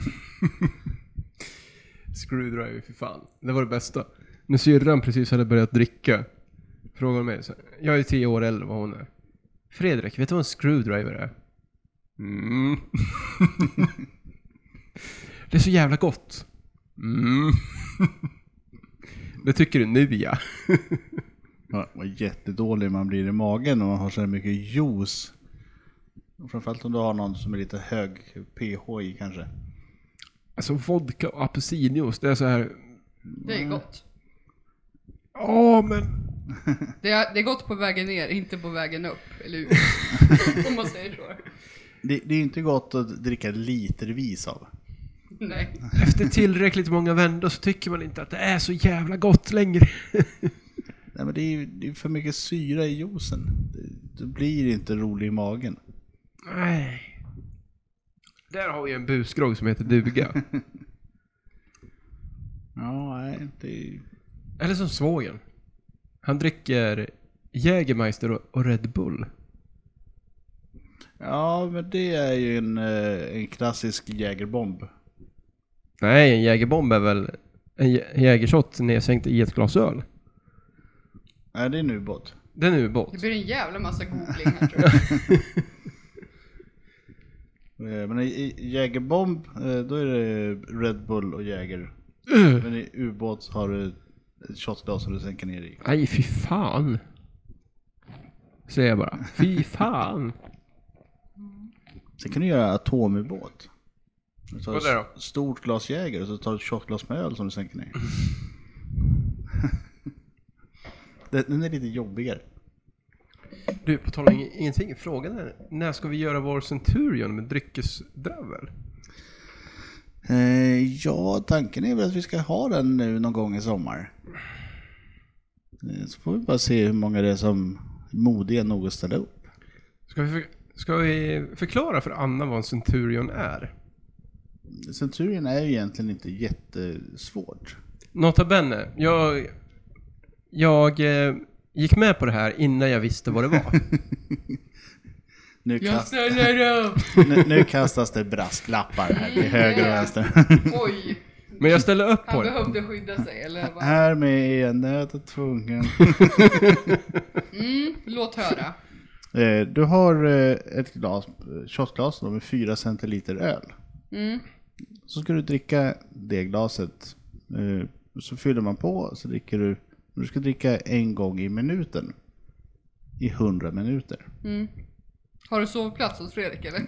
Speaker 2: Screwdriver, för fan. Det var det bästa. När syrran precis hade börjat dricka frågade mig så här, Jag är tio år äldre än vad hon är. Fredrik, vet du vad en screwdriver är? Mm. det är så jävla gott. Mm. det tycker du nu ja.
Speaker 3: Ja, Vad jättedålig man blir i magen om man har så här mycket juice. Och Framförallt om du har någon som är lite hög pH i kanske.
Speaker 2: Alltså vodka och apelsinjuice, det är så här
Speaker 1: Det är gott.
Speaker 2: Ja, men...
Speaker 1: Det är, det är gott på vägen ner, inte på vägen upp. Eller ut. Om man säger så.
Speaker 3: Det, det är ju inte gott att dricka litervis av.
Speaker 1: Nej.
Speaker 2: Efter tillräckligt många vändor så tycker man inte att det är så jävla gott längre.
Speaker 3: Nej, men det är ju det är för mycket syra i juicen. Det, det blir inte rolig i magen.
Speaker 2: Nej. Där har vi en busgrogg som heter duga.
Speaker 3: Ja, nej, det är...
Speaker 2: Eller som svågen. Han dricker Jägermeister och och Red Bull.
Speaker 3: Ja, men det är ju en, eh, en klassisk jägerbomb.
Speaker 2: Nej, en jägerbomb är väl en jä- jägershot nedsänkt i ett glas öl.
Speaker 3: Nej, det är en ubåt.
Speaker 2: Det är en ubåt.
Speaker 1: Det blir en jävla massa googling här tror jag.
Speaker 3: Eh, Men i, i jägerbomb, eh, då är det Red Bull och jäger.
Speaker 2: Mm.
Speaker 3: Men i ubåt har du ett shotglas som du sänker ner i.
Speaker 2: Nej, fy fan. Säger jag bara. Fy fan.
Speaker 3: Sen kan du göra atomubåt. Du tar
Speaker 2: Vad är det då?
Speaker 3: ett s- stort glas jäger och så tar du ett shotglas med öl som du sänker ner. Den den är lite jobbigare.
Speaker 2: Du, på tal om ing- ingenting. Frågan är, när ska vi göra vår Centurion med dryckesdravel?
Speaker 3: Eh, ja, tanken är väl att vi ska ha den nu någon gång i sommar. Eh, Så får vi bara se hur många det är som är modiga nog att ställa upp.
Speaker 2: Ska vi, för, ska vi förklara för Anna vad en Centurion är?
Speaker 3: Centurion är ju egentligen inte jättesvårt.
Speaker 2: Nota bene, jag, jag eh, gick med på det här innan jag visste vad det var.
Speaker 3: Nu,
Speaker 1: Jag
Speaker 3: kast,
Speaker 1: ställer upp!
Speaker 3: nu, nu kastas det brasklappar här till höger och vänster.
Speaker 1: Oj!
Speaker 2: Men jag ställde upp
Speaker 1: Han
Speaker 2: på det.
Speaker 1: behövde skydda sig eller vad?
Speaker 3: Härmed är jag nödd och tvungen.
Speaker 1: Mm, låt höra.
Speaker 3: Eh, Du har eh, ett glas, eh, shotglas då med 4 centiliter öl.
Speaker 1: Mm.
Speaker 3: Så ska du dricka det glaset. eh, Så fyller man på så dricker du. Du ska dricka en gång i minuten. I 100 minuter.
Speaker 1: Har du sovplats hos Fredrik eller?
Speaker 3: Eh,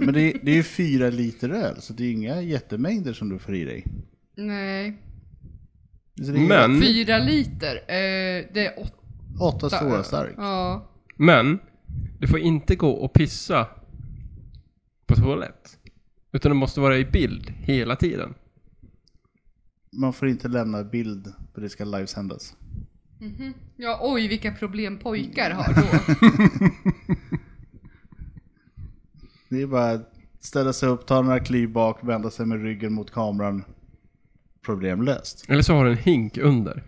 Speaker 3: Men det är, det är ju 4 liter öl så det är inga jättemängder som du får i dig.
Speaker 1: Nej.
Speaker 3: Så det är
Speaker 2: Men,
Speaker 1: Fyra liter. Eh, det är åtta.
Speaker 3: Åtta stora stark.
Speaker 1: Ja.
Speaker 2: men, du får inte gå och pissa på toalett. Utan du måste vara i bild hela tiden.
Speaker 3: Man får inte lämna bild för det ska livesändas.
Speaker 1: Ja, oj vilka problem pojkar har då.
Speaker 3: Det är bara att ställa sig upp, ta några kliv bak, vända sig med ryggen mot kameran. Problem löst.
Speaker 2: Eller så har du en hink under.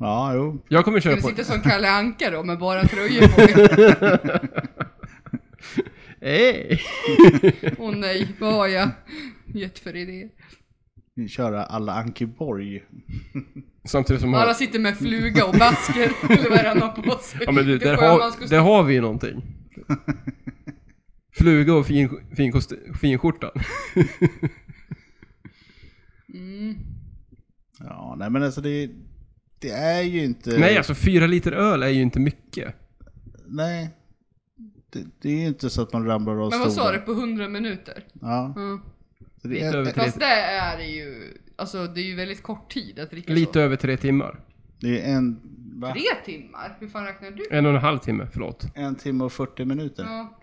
Speaker 3: Ja, jo.
Speaker 2: Jag kommer köra
Speaker 1: Eller
Speaker 2: på...
Speaker 1: sitter som Kalle Anka då med bara tröjor på sig.
Speaker 2: Hey.
Speaker 1: Åh nej, vad har jag gett för idéer?
Speaker 2: Mm.
Speaker 3: Köra alla Anki Borg.
Speaker 2: Samtidigt som...
Speaker 1: Alla
Speaker 2: Har...
Speaker 1: sitter med fluga och basker eller vad han har på sig.
Speaker 2: Ja men du,
Speaker 1: Det är
Speaker 2: där
Speaker 1: skönt man
Speaker 2: har,
Speaker 1: ska
Speaker 2: där har vi ju någonting. Fluga och fin, fin, finskjortan.
Speaker 1: Mm.
Speaker 3: Ja, nej men alltså det, det är ju inte...
Speaker 2: Nej alltså, fyra liter öl är ju inte mycket.
Speaker 3: Nej. Det, det är ju inte så att man ramlar av
Speaker 1: Men vad sa du,
Speaker 3: stolen.
Speaker 1: på 100 minuter?
Speaker 3: Ja.
Speaker 1: Ja.
Speaker 3: Så det
Speaker 2: Lite över
Speaker 3: är,
Speaker 2: tre-
Speaker 1: Fast det är ju, alltså det är ju väldigt kort tid att dricka
Speaker 2: Lite
Speaker 1: så.
Speaker 2: över tre timmar.
Speaker 3: det är en, va?
Speaker 1: Tre timmar? Hur fan räknar du?
Speaker 2: En och en halv timme, förlåt.
Speaker 3: en timme och 40 minuter.
Speaker 1: Ja.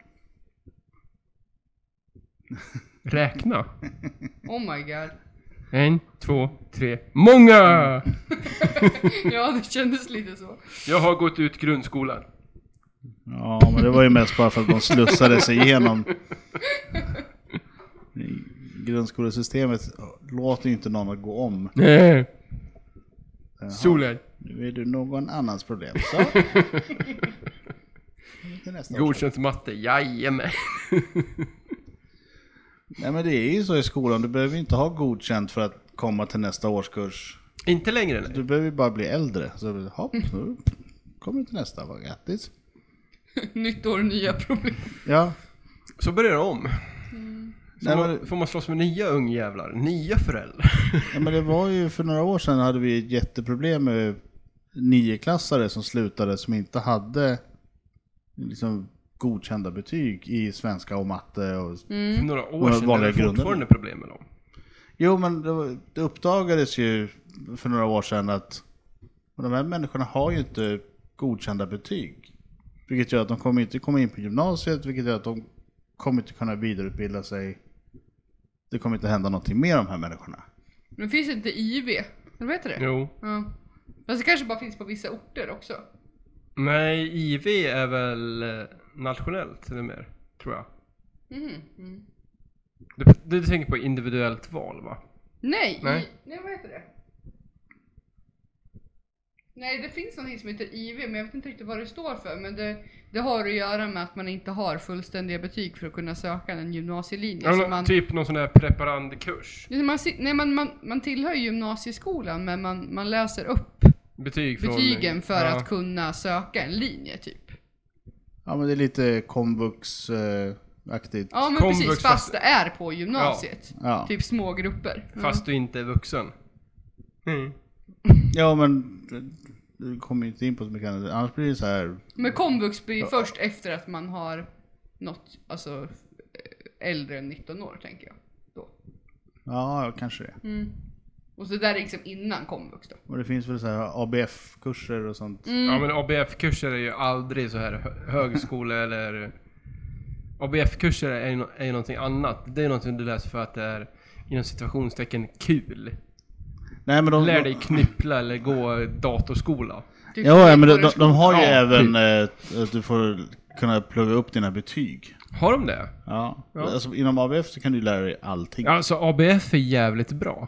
Speaker 2: Räkna.
Speaker 1: Oh my god.
Speaker 2: En, två, tre. Många!
Speaker 1: Ja, det kändes lite så.
Speaker 2: Jag har gått ut grundskolan.
Speaker 3: Ja, men det var ju mest bara för att de slussade sig igenom. Grundskolesystemet låter ju inte någon att gå om. Eh,
Speaker 2: Nej. Solen.
Speaker 3: Nu är du någon annans problem. Så. Till nästa år.
Speaker 2: Godkänt matte. Jajamän.
Speaker 3: Nej men det är ju så i skolan, du behöver ju inte ha godkänt för att komma till nästa årskurs.
Speaker 2: Inte längre nej.
Speaker 3: Du behöver ju bara bli äldre. Så hopp, nu kommer du till nästa, vad grattis.
Speaker 1: Nytt år, nya problem.
Speaker 3: Ja,
Speaker 2: Så börjar det om. Så
Speaker 3: Nej,
Speaker 2: man,
Speaker 3: men-
Speaker 2: får man slåss med nya ungjävlar. Nya föräldrar.
Speaker 3: ja, men det var ju för några år sedan hade vi ett jätteproblem med nioklassare som slutade som inte hade liksom godkända betyg i svenska och matte och
Speaker 1: Mm.
Speaker 2: För några år
Speaker 3: Några
Speaker 2: sedan
Speaker 3: vanliga
Speaker 2: är det
Speaker 3: grunder.
Speaker 2: fortfarande problem med dem.
Speaker 3: Jo, men det, var- det uppdagades ju för några år sedan att och de här människorna har ju inte godkända betyg. Vilket gör att de kommer inte komma in på gymnasiet, vilket gör att de kommer inte kunna vidareutbilda sig. Det kommer inte hända någonting med de här människorna.
Speaker 1: Men finns inte IV? Eller vad heter det?
Speaker 2: Jo.
Speaker 1: Ja. Fast det kanske bara finns på vissa orter också.
Speaker 2: Nej, IV är väl eh, nationellt eller mer, tror jag.
Speaker 1: Mhm. Mm.
Speaker 2: Du, du tänker på individuellt val va?
Speaker 1: Nej,
Speaker 2: Nej.
Speaker 1: I, nej vad heter det? Nej det finns någonting som heter IV men jag vet inte riktigt vad det står för men det, det har att göra med att man inte har fullständiga betyg för att kunna söka en gymnasielinje.
Speaker 2: Ja,
Speaker 1: så
Speaker 2: nå-
Speaker 1: man,
Speaker 2: Typ någon sån där preparandkurs.
Speaker 1: Nej, man, si- nej, man, man, man tillhör ju gymnasieskolan men man, man läser upp
Speaker 2: Betyg från...
Speaker 1: betygen för
Speaker 2: ja.
Speaker 1: att kunna söka en linje typ.
Speaker 3: Ja men det är lite eh, komvux-aktigt.
Speaker 1: Ja men
Speaker 2: Komvux,
Speaker 1: precis,
Speaker 2: fast- Mm.
Speaker 1: fast det är på gymnasiet.
Speaker 3: Ja.
Speaker 1: Typ små grupper. Ja.
Speaker 2: Fast du inte är vuxen. Mm.
Speaker 3: ja men du kommer ju inte in på så mycket annat. Annars blir det så här.
Speaker 1: Men komvux blir ju först efter att man har nått, alltså eh, äldre än 19 år tänker jag. Då.
Speaker 3: Ja, kanske det.
Speaker 1: Mm. Och så där är liksom innan komvux då.
Speaker 3: Och det finns väl så här ABF-kurser och sånt.
Speaker 1: Mm.
Speaker 2: Ja men ABF-kurser är ju aldrig så här hö- högskole eller... ABF-kurser är ju no- är ju någonting annat. Det är någonting du läser för att det är inom situationstecken kul.
Speaker 3: Nej men de...
Speaker 2: Lär dig knyppla eller gå datorskola.
Speaker 1: Typ
Speaker 3: Ja, ja
Speaker 1: som
Speaker 3: men de, de,
Speaker 1: medborgarskolan.
Speaker 3: de har ju
Speaker 2: Ja, typ.
Speaker 3: även eh, att du får kunna plugga upp dina betyg.
Speaker 2: Har de det?
Speaker 3: Ja.
Speaker 2: Ja.
Speaker 3: Alltså inom ABF så kan du lära dig allting.
Speaker 2: Alltså ABF är jävligt bra.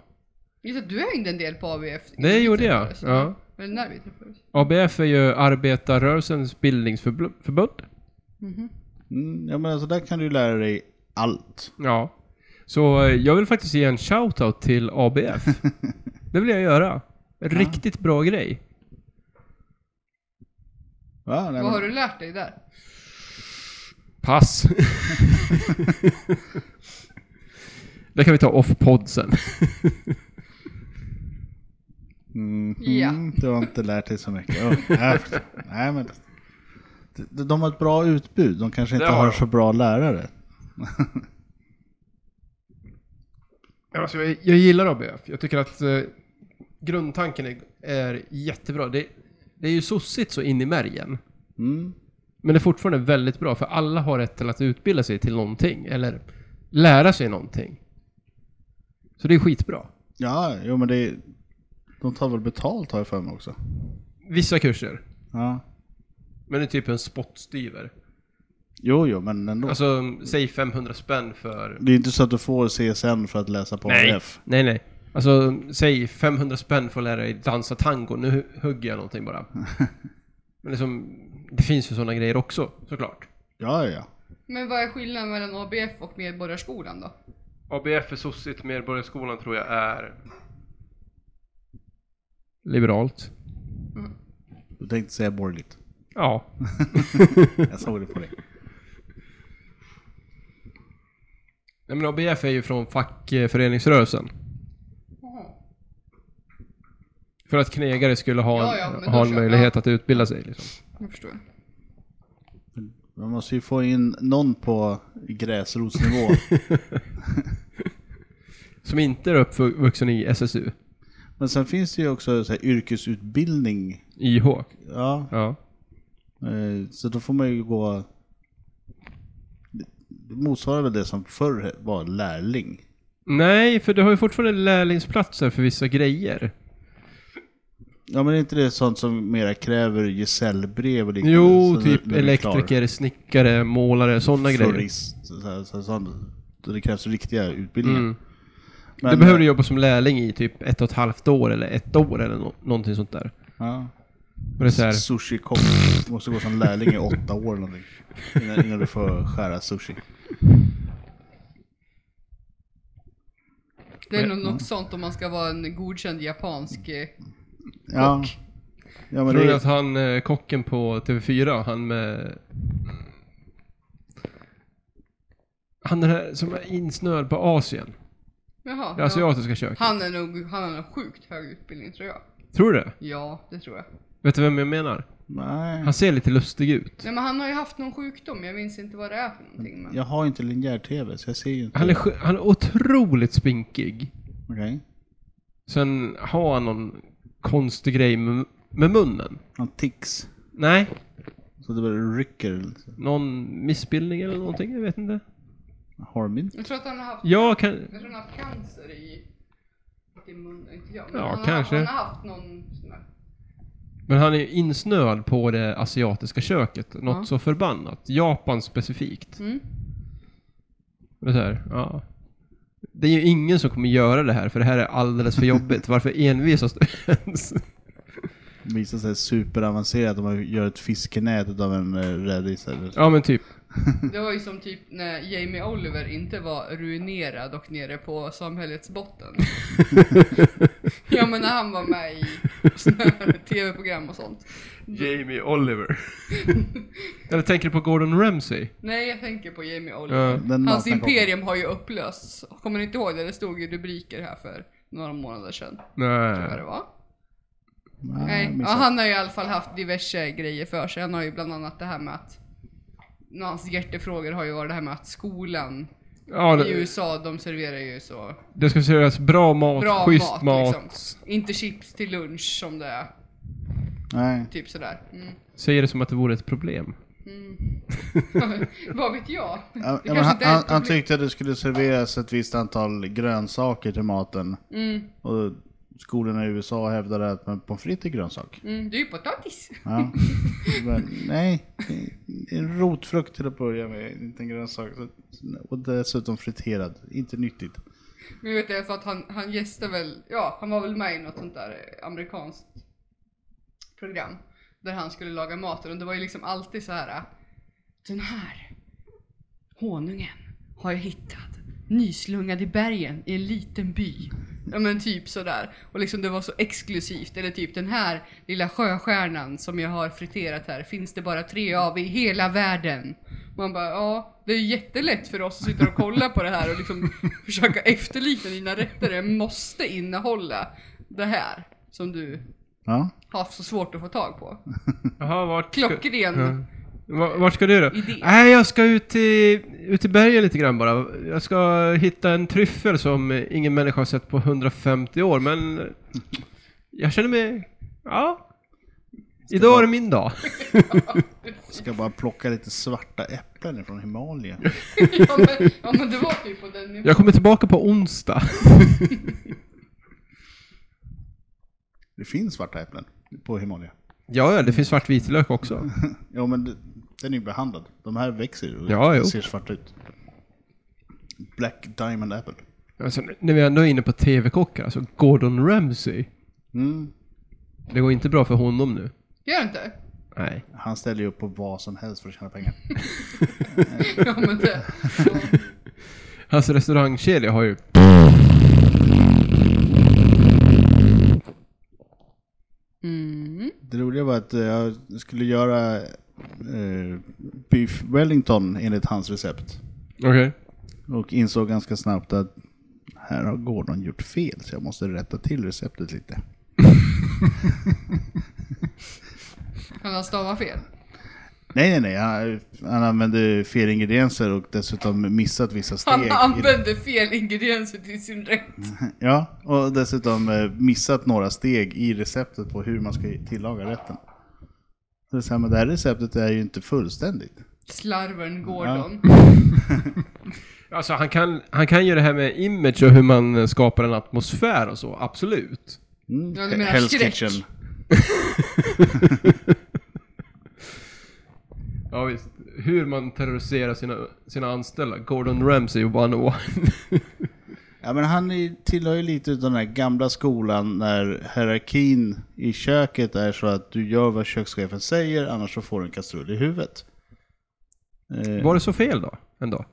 Speaker 1: Just det, du hängde en del på ABF.
Speaker 2: Det gjorde jag,
Speaker 1: Så-
Speaker 2: ja.
Speaker 1: Eller Alltså, när vi träffades.
Speaker 2: ABF är ju arbetarrörelsens bildningsförbund.
Speaker 3: Mm, ja men alltså där kan du lära dig allt.
Speaker 2: Ja. Så eh, jag vill faktiskt ge en shoutout till ABF. det vill jag göra. Riktigt bra grej.
Speaker 3: Va? Nej,
Speaker 1: Vad har
Speaker 3: men,
Speaker 1: du lärt dig där?
Speaker 2: Pass. det kan vi ta off-podd sen.
Speaker 3: mm,
Speaker 1: Ja.
Speaker 3: mm, du har inte lärt dig så mycket. Ja, nej, nej, men, de, de har ett bra utbud, de kanske inte
Speaker 2: Det har
Speaker 3: har
Speaker 2: de.
Speaker 3: så bra lärare.
Speaker 2: Alltså, jag, jag gillar ABF. Jag tycker att eh, grundtanken är, är jättebra. Det, det är ju sossigt så in i märgen.
Speaker 3: Mm.
Speaker 2: Men det är fortfarande väldigt bra, för alla har rätt till att utbilda sig till någonting, eller lära sig någonting. Så det är skitbra.
Speaker 3: Ja, jo men det är, de tar väl betalt har jag för mig också.
Speaker 2: Vissa kurser,
Speaker 3: Ja.
Speaker 2: men det är typ en spottstyver.
Speaker 3: Jo, jo men ändå.
Speaker 2: Alltså, säg 500 spänn för...
Speaker 3: det är inte så att du får CSN för att läsa på
Speaker 2: Nej,
Speaker 3: ABF.
Speaker 2: nej, nej. Alltså, säg 500 spänn för att lära dig dansa tango. Nu hu- hugger jag någonting bara. Men liksom, det finns ju sådana grejer också, såklart.
Speaker 3: Ja, ja, ja.
Speaker 1: Men vad är skillnaden mellan ABF och Medborgarskolan då?
Speaker 2: ABF är sossigt, Medborgarskolan tror jag är... Liberalt.
Speaker 3: Du tänkte säga borgerligt.
Speaker 2: Ja.
Speaker 3: Jag såg det på dig.
Speaker 2: Nej men ABF är ju från fackföreningsrörelsen.
Speaker 1: Jaha.
Speaker 2: För att knegare skulle ha,
Speaker 1: Ja, ja, men då
Speaker 2: ha en
Speaker 1: kör-
Speaker 2: möjlighet att utbilda sig. Liksom.
Speaker 1: Jag förstår.
Speaker 3: Man måste ju få in någon på gräsrotsnivå.
Speaker 2: Som inte är uppvuxen i SSU.
Speaker 3: Men sen finns det ju också så här, yrkesutbildning.
Speaker 2: IH.
Speaker 3: Ja,
Speaker 2: Ja.
Speaker 3: eh, så då får man ju gå... Det motsvarar väl det som förr var lärling.
Speaker 2: Nej, för du har ju fortfarande lärlingsplatser för vissa grejer.
Speaker 3: Ja men är inte det sånt som mera kräver gesällbrev och liknande?
Speaker 2: Jo,
Speaker 3: Så
Speaker 2: typ
Speaker 3: när- när du är klar.
Speaker 2: elektriker, snickare, målare, sådana grejer.
Speaker 3: Florist, så här, så här, sånt. Så det krävs riktiga utbildningar.
Speaker 2: Mm.
Speaker 3: Men- eh,
Speaker 2: du behöver jobba som lärling i typ ett och ett halvt år eller ett år eller no- någonting sånt där.
Speaker 3: Ja.
Speaker 2: Och det är så här,
Speaker 3: Sushi-kock. Du måste gå som lärling i åtta år eller någonting. Innan, innan du får skära sushi.
Speaker 1: Det är nog något sånt om man ska vara en godkänd japansk eh,
Speaker 3: Ja. Ja men
Speaker 2: tror
Speaker 3: det
Speaker 2: du
Speaker 3: är
Speaker 2: att han, eh, kocken på TV4, han med... Han den här som är insnöad på Asien.
Speaker 1: Jaha.
Speaker 2: Det
Speaker 1: ja.
Speaker 2: asiatiska köket.
Speaker 1: Han är nog, han har nog sjukt hög utbildning tror jag.
Speaker 2: Tror du det?
Speaker 1: Ja, det tror jag.
Speaker 2: Vet du vem jag menar?
Speaker 3: Nej.
Speaker 2: Han ser lite lustig ut.
Speaker 1: Nej men han har ju haft någon sjukdom, jag minns inte vad det är för någonting. Men...
Speaker 3: Jag har inte linjär-tv så jag ser ju inte.
Speaker 2: Han är, skö- han är otroligt spinkig.
Speaker 3: Okej.
Speaker 2: Sen har han någon konstig grej med, med munnen.
Speaker 3: Han tics.
Speaker 2: Nej,
Speaker 3: Så det bara rycker. lite.
Speaker 2: någon missbildning eller någonting, jag vet inte.
Speaker 3: Har de inte?
Speaker 1: Jag tror att han har haft,
Speaker 2: Jag kan...
Speaker 1: jag tror han har haft cancer i fått i munnen, inte jag. Men
Speaker 2: Ja,
Speaker 1: han har-
Speaker 2: kanske.
Speaker 1: Han har haft någon sån här.
Speaker 2: Men han är ju insnöad på det asiatiska köket. Något
Speaker 1: Ja.
Speaker 2: så förbannat. Japan specifikt.
Speaker 1: Mm.
Speaker 2: Det är, så här, ja. det är ju ingen som kommer göra det här för det här är alldeles för jobbigt. Varför envisas du ens?
Speaker 3: Det visar sig superavancerat om man gör ett fiskenät av en eh, rädis eller
Speaker 2: Ja men typ.
Speaker 1: Det var ju som typ när Jamie Oliver inte var ruinerad och nere på samhällets botten. ja men när han var med i såna här tv-program och sånt.
Speaker 2: Jamie Oliver. Eller tänker du på Gordon Ramsay?
Speaker 1: Nej jag tänker på Jamie Oliver.
Speaker 2: Ja.
Speaker 1: Hans
Speaker 3: Den nakna kocken.
Speaker 1: imperium har ju upplösts. Kommer ni inte ihåg det? Det stod ju rubriker här för några månader sedan. Tror jag
Speaker 2: Nej.
Speaker 1: det var.
Speaker 3: Nej,
Speaker 1: Nej. Ja,
Speaker 3: missat.
Speaker 1: han har ju i alla fall haft diverse grejer för sig. Han har ju bland annat det här med att nå, Hans hjärtefrågor har ju varit det här med att skolan
Speaker 2: Ja,
Speaker 3: Mm.
Speaker 1: i
Speaker 2: det,
Speaker 1: USA, de serverar ju så
Speaker 2: det ska serveras bra mat,
Speaker 1: bra
Speaker 2: schysst
Speaker 1: mat,
Speaker 2: mat.
Speaker 1: liksom. Inte chips till lunch som det är.
Speaker 3: Nej.
Speaker 1: Typ sådär. Mm.
Speaker 2: Säger det som att det vore ett problem.
Speaker 1: Vad vet jag?
Speaker 3: Ja,
Speaker 1: Det kanske
Speaker 3: men han,
Speaker 1: inte är
Speaker 3: han,
Speaker 1: ett
Speaker 3: han
Speaker 1: problem.
Speaker 3: tyckte att det skulle serveras ett visst antal grönsaker till maten.
Speaker 1: Mm,
Speaker 3: Och skolorna i USA hävdade att men pommes frites är grönsak.
Speaker 1: mm, det är ju potatis.
Speaker 3: Ja. Men, nej, det är en rotfrukt till att börja med, inte en grönsak. Så- Och dessutom friterad, inte nyttigt.
Speaker 1: Men jag vet det för att han, han gästade väl, ja han var väl med i något sånt där eh, amerikanskt program. Där han skulle laga maten och det var ju liksom alltid så här. eh, Den här honungen har jag hittat nyslungad i bergen i en liten by. Ja men typ sådär. Och liksom det var så exklusivt. Eller typ den här lilla sjöstjärnan som jag har friterat här finns det bara tre av i hela världen. Man bara ja, det är ju jättelätt för oss att sitta och kolla på det här och liksom försöka efterlikna dina rätter. Det måste innehålla det här som du
Speaker 3: Ja,
Speaker 1: har haft så svårt att få tag på.
Speaker 2: Jaha, vart ska-
Speaker 1: Klockren.
Speaker 2: Ja. Va- Vart Hm. ska du då?
Speaker 1: Idé.
Speaker 2: Nej, jag ska ut till, ut i bergen lite grann bara. Jag ska hitta en tryffel som ingen människa har sett på 150 år, men jag känner mig... Ja. Idag är det min dag.
Speaker 3: ska bara plocka lite svarta äpplen från Himalaya.
Speaker 1: Ja men, ja, men det var typ på den nivån.
Speaker 2: Jag kommer tillbaka på onsdag.
Speaker 3: Det finns svarta äpplen på Himalaya.
Speaker 2: Ja, ja, det finns svart vitlök också.
Speaker 3: Ja men det- den är ju behandlad. De här växer och
Speaker 2: Ja, jo.
Speaker 3: ser svarta ut. Black Diamond Apple.
Speaker 2: Alltså, när vi ändå är inne på TV-kockar, alltså Gordon Ramsay.
Speaker 3: Mm.
Speaker 2: Det går inte bra för honom nu.
Speaker 1: Gör det inte?
Speaker 2: Nej.
Speaker 3: Han ställer ju upp på vad som helst för att tjäna pengar.
Speaker 1: Ja men det.
Speaker 2: Hans restaurangkedja har ju...
Speaker 1: Mm.
Speaker 3: Det roliga var att eh, jag skulle göra eh, Beef Wellington enligt hans recept.
Speaker 2: Okej.
Speaker 3: Och insåg ganska snabbt att här har Gordon gjort fel så jag måste rätta till receptet lite.
Speaker 1: Kan han stava fel?
Speaker 3: Nej, nej, nej. Han, han använde fel ingredienser och dessutom missat vissa steg.
Speaker 1: Han
Speaker 3: i-
Speaker 1: använde fel ingredienser till sin rätt.
Speaker 3: Ja, och dessutom eh, missat några steg i receptet på hur man ska tillaga rätten. Så det, är så här, men det här receptet är ju inte fullständigt.
Speaker 1: Slarven Gordon.
Speaker 2: Alltså han kan, han kan ju det här med image och hur man eh, skapar en atmosfär och så, absolut.
Speaker 3: Mm.
Speaker 1: Ja, du menar
Speaker 3: Hell's
Speaker 1: skräck.
Speaker 3: Kitchen.
Speaker 2: Ja visst. Hur man terroriserar sina, sina anställda. Gordon Ramsay 101.
Speaker 3: Ja, men han är, tillhör ju lite av den här gamla skolan när hierarkin i köket är så att du gör vad kökschefen säger annars så får du en kastrull i huvudet. Eh,
Speaker 2: Var det så fel då? Ändå?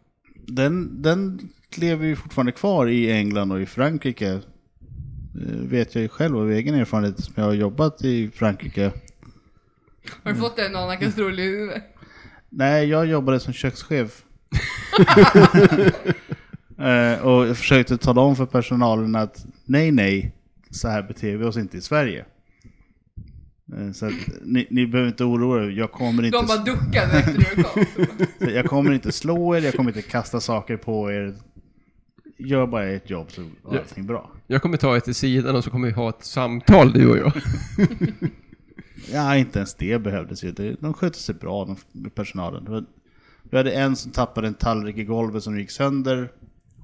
Speaker 3: den, den lever ju fortfarande kvar i England och i Frankrike. Eh, vet jag ju själv av egen erfarenhet som jag har jobbat i Frankrike
Speaker 1: Har du fått en annan kastrull i huvudet?
Speaker 3: Nej, jag jobbade som kökschef. Eh, och jag försökte tala om för personalen att nej, nej, så här beter vi oss inte i Sverige. Eh, Så att, ni, ni behöver inte oroa er, jag kommer inte,
Speaker 1: De bara duckade efter du kom.
Speaker 3: jag kommer inte slå er, jag kommer inte kasta saker på er. Gör bara ert jobb så är allting bra.
Speaker 2: Jag kommer ta er till sidan och så kommer vi ha ett samtal du och jag.
Speaker 3: Ja, inte ens det behövdes ju. Det- De skötte sig bra, de, personalen. Det var- Vi hade en som tappade en tallrik i golvet som gick sönder.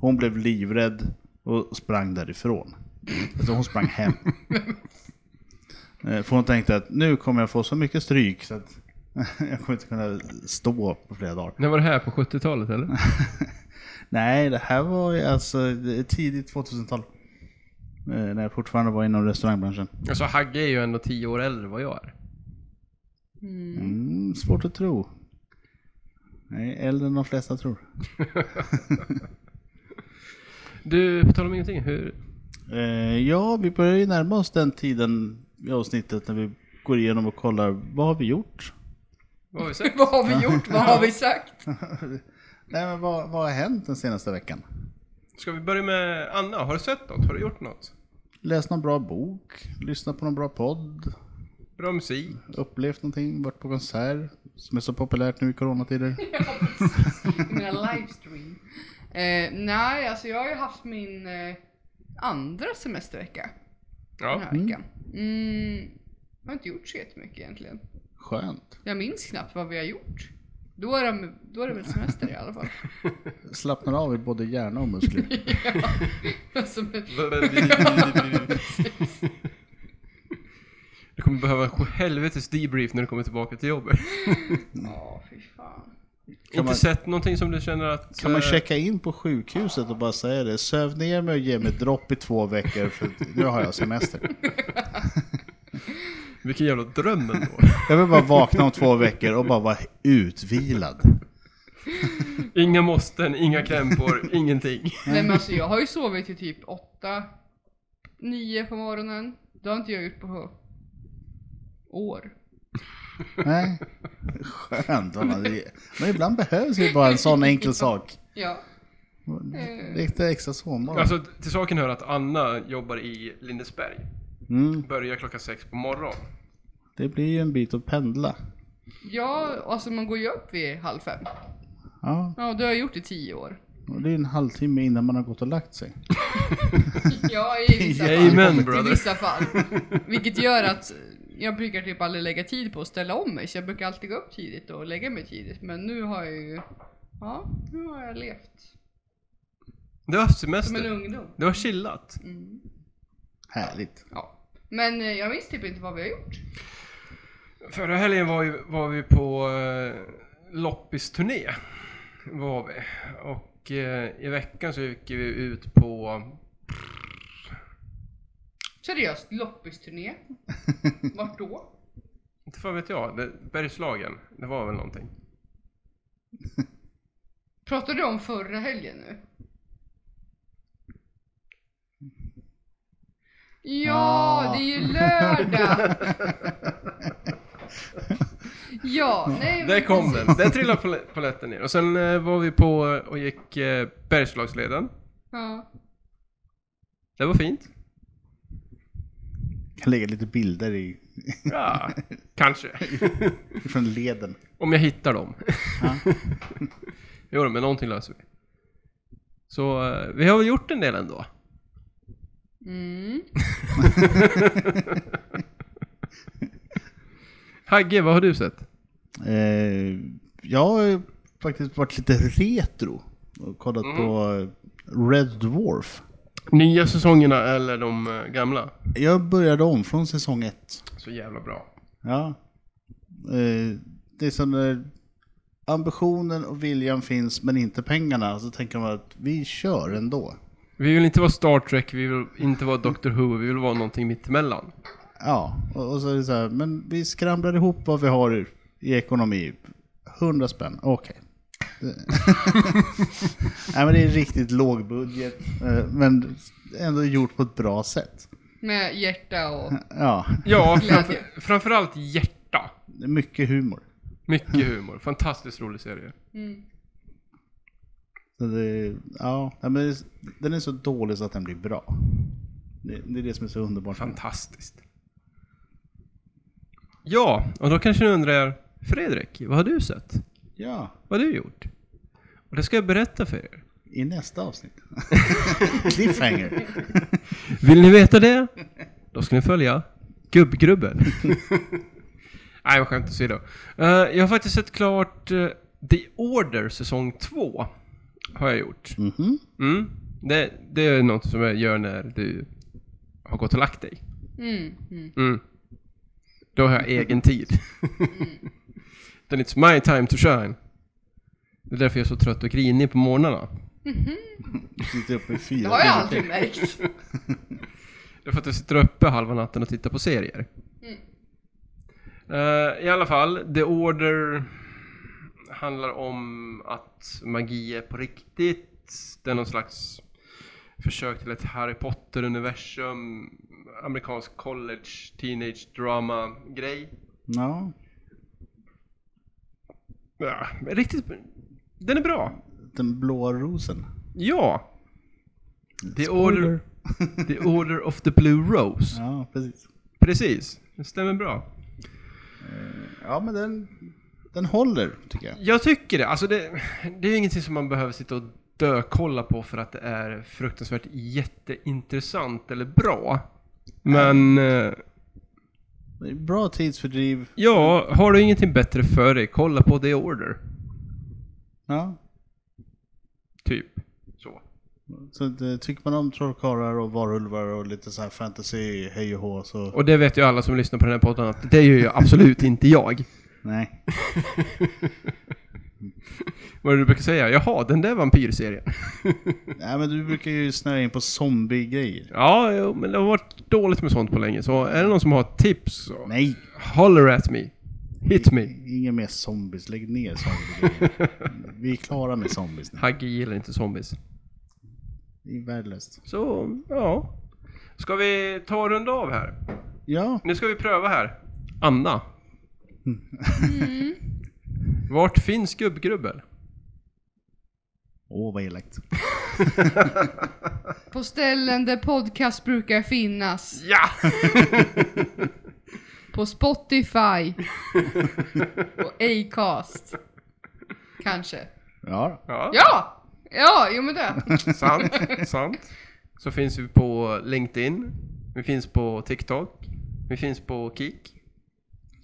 Speaker 3: Hon blev livrädd och sprang därifrån. Alltså hon sprang hem. Eh, För hon tänkte att nu kommer jag få så mycket stryk så att jag kommer inte kunna stå på flera dagar.
Speaker 2: När var det här? På 70-talet eller?
Speaker 3: Nej, det här var ju alltså tidigt 2000-tal. Eh, När jag fortfarande var inom restaurangbranschen.
Speaker 2: Alltså Hagge är ju ändå tio år äldre än vad jag är.
Speaker 3: Mm, svårt att tro. Nej, äldre än de flesta tror.
Speaker 2: Du, på tal om ingenting, hur...
Speaker 3: Eh, ja, vi börjar ju närma oss den tiden i avsnittet när vi går igenom och kollar vad har vi gjort?
Speaker 2: Vad har vi sagt?
Speaker 1: Vad har vi gjort? Vad har vi sagt?
Speaker 3: Nej, men vad, vad har hänt den senaste veckan?
Speaker 2: Ska vi börja med Anna? Har du sett något? Har du gjort något?
Speaker 3: Läst någon bra bok? Lyssnat på någon bra podd?
Speaker 2: Bra musik?
Speaker 3: Upplevt någonting? Varit på konsert? Som är så populärt nu i coronatider.
Speaker 1: I mina livestream. Eh, nej, alltså jag har ju haft min eh, andra semestervecka den
Speaker 2: Ja.
Speaker 1: här veckan. Mm, jag har inte gjort så jättemycket egentligen.
Speaker 3: Skönt.
Speaker 1: Jag minns knappt vad vi har gjort. Då är det, då är det väl semester i alla fall.
Speaker 3: Slappnar av i både hjärna och muskler.
Speaker 1: Alltså, men-
Speaker 2: Du kommer behöva helvetes debrief när du kommer tillbaka till jobbet.
Speaker 1: Ja, fy fan.
Speaker 2: Inte
Speaker 3: man-
Speaker 2: sett någonting som du känner att...
Speaker 3: Kan man
Speaker 2: eh,
Speaker 3: checka in på sjukhuset och bara säga det? Söv ner mig och ge mig dropp i två veckor för nu har jag semester.
Speaker 2: Vilken jävla dröm ändå.
Speaker 3: Jag vill bara vakna om två veckor och bara vara utvilad.
Speaker 2: inga måsten, inga krämpor, ingenting.
Speaker 1: Nej men alltså jag har ju sovit till typ 8, 9 på morgonen. Det har inte jag gjort på år.
Speaker 3: Nej. Skönt. va? Det- Men ibland behövs ju bara en sån enkel sak.
Speaker 1: Ja.
Speaker 3: Lite extra sovmorgon.
Speaker 2: Alltså till saken hör att Anna jobbar i Lindesberg.
Speaker 3: Mm,
Speaker 2: Börjar klockan sex på morgon.
Speaker 3: det blir ju en bit att pendla.
Speaker 1: Ja, alltså man går ju upp vid halv fem.
Speaker 3: Ja,
Speaker 1: Ja, det har jag gjort i 10 år.
Speaker 3: och det är en halvtimme innan man har gått och lagt sig.
Speaker 1: Ja, i vissa fall.
Speaker 2: Amen
Speaker 1: I
Speaker 2: brother.
Speaker 1: vissa fall. Vilket gör att jag brukar typ aldrig lägga tid på att ställa om mig. Så jag brukar alltid gå upp tidigt och lägga mig tidigt. Men nu har jag ju, ja, nu har jag levt.
Speaker 2: Du har haft
Speaker 1: Som en
Speaker 2: semester.
Speaker 1: ungdom.
Speaker 2: Du har chillat.
Speaker 3: Härligt.
Speaker 1: Mm, Ja. Men eh, jag minns typ inte vad vi har gjort.
Speaker 2: Förra helgen var, ju, var vi på eh, loppisturné. Var vi. Och eh, i veckan så gick vi ut på...
Speaker 1: Seriöst, loppisturné. Vart då?
Speaker 2: Inte fan vet jag. Det, Bergslagen. Det var väl någonting.
Speaker 1: Pratar du om förra helgen nu? Ja,
Speaker 3: Ah.
Speaker 1: det är ju lördag! Ja, nej men
Speaker 2: Där kom
Speaker 1: precis.
Speaker 2: den. Där trillade pol- poletten ner. Och sen eh, var vi på och gick eh, Bergslagsleden.
Speaker 1: Ja.
Speaker 2: Det var fint.
Speaker 3: Jag lägger lite bilder i,
Speaker 2: Ja, kanske.
Speaker 3: från leden.
Speaker 2: Om jag hittar dem.
Speaker 3: Ja.
Speaker 2: jo, då, men någonting löser vi. Så eh, vi har väl gjort en del ändå.
Speaker 1: Mm.
Speaker 2: Hagge, vad har du sett?
Speaker 3: Eh, jag har ju faktiskt varit lite retro och kollat på Red Dwarf.
Speaker 2: Nya säsongerna eller de eh, gamla?
Speaker 3: Jag började om från säsong ett.
Speaker 2: Så jävla bra.
Speaker 3: Ja. Eh, det är som när ambitionen och viljan finns men inte pengarna. Så tänker man att vi kör ändå.
Speaker 2: Vi vill inte vara Star Trek, vi vill inte vara Doctor Who, vi vill vara någonting mittemellan.
Speaker 3: Ja, och, och så är det så här, men vi skramlar ihop vad vi har i, i ekonomi. 100 spänn, okej. Det- Nej men det är riktigt låg budget, eh, men ändå gjort på ett bra sätt.
Speaker 1: Med hjärta och...
Speaker 3: Ja,
Speaker 2: Ja,
Speaker 1: Glädje.
Speaker 2: framför, framförallt hjärta.
Speaker 3: det är mycket humor.
Speaker 2: Mycket humor. Fantastiskt rolig serie.
Speaker 1: Mm.
Speaker 3: Så det, ja, nej, men det- den är så dålig så att den blir bra. Det, det är det som är så underbart.
Speaker 2: Fantastiskt. Ja, och då kanske ni undrar, Fredrik, vad har du sett?
Speaker 3: Ja,
Speaker 2: Vad har du gjort? Och det ska jag berätta för er.
Speaker 3: i nästa avsnitt. Cliffhanger.
Speaker 2: Vill ni veta det? Då ska ni följa Gubbgrubben. Nej, jag skämt åsido. Uh, jag har faktiskt sett klart eh, The Order säsong 2. Har jag gjort.
Speaker 3: Mhm.
Speaker 2: Mm. Det, det är något som jag gör när du har gått och lagt dig.
Speaker 1: Mm, mm.
Speaker 2: Mm. Då har jag egen tid. Then it's my time to shine. Det är därför jag är så trött och grinig på morgnarna.
Speaker 3: Sitter uppe i fyra
Speaker 1: Det har jag
Speaker 3: timmar.
Speaker 1: aldrig märkt.
Speaker 2: Det är för att jag sitter uppe halva natten och tittar på serier. Eh, I alla fall, The Order handlar om att magi är på riktigt. Det är någon slags försök till ett Harry Potter-universum. Amerikansk college, teenage drama-grej.
Speaker 3: Ja,
Speaker 2: Ja, riktigt... Den är bra.
Speaker 3: den blåa rosen.
Speaker 2: Ja. The Order, the order of the Blue Rose.
Speaker 3: Ja, precis.
Speaker 2: Precis. Det stämmer bra.
Speaker 3: Ja, men den, den håller tycker jag.
Speaker 2: Jag tycker det. Alltså det, det är ju ingenting som man behöver sitta och dökolla på för att det är fruktansvärt jätteintressant eller bra. Men eh,
Speaker 3: Det är Bra tidsfördriv.
Speaker 2: ja, har du ingenting bättre för dig, kolla på The Order.
Speaker 3: Ja.
Speaker 2: Typ. Så.
Speaker 3: Så det, tycker man om trollkarlar och varulvar och lite så här fantasy, hej och hå så...
Speaker 2: Och det vet ju alla som lyssnar på den här podden att det gör ju absolut inte jag.
Speaker 3: Nej.
Speaker 2: Vad är det du brukar säga? Jaha, den där vampyrserien.
Speaker 3: Nej men du brukar ju snöa in på zombiegrejer.
Speaker 2: Ja, jo, men det har varit dåligt med sånt på länge. Så är det någon som har tips, så
Speaker 3: Nej!
Speaker 2: holler at me. Hit me.
Speaker 3: Inga mer zombies, lägg ner zombiegrejer. Vi är klara med zombies nu.
Speaker 2: Hagge gillar inte zombies.
Speaker 3: Det är värdelöst.
Speaker 2: Så, ja. Ska vi ta och runda av här?
Speaker 3: Ja,
Speaker 2: Nu ska vi pröva här. Anna. Mm. Vart finns gubbgrubbel?
Speaker 3: åh vad elakt.
Speaker 1: På ställen där podcast brukar finnas.
Speaker 2: Ja!
Speaker 1: På Spotify. Och Acast. Kanske.
Speaker 3: Ja,
Speaker 2: ja,
Speaker 1: Ja! Ja, jo men det.
Speaker 2: sant, sant. Så finns vi på LinkedIn. Vi finns på TikTok. Vi finns på Kik.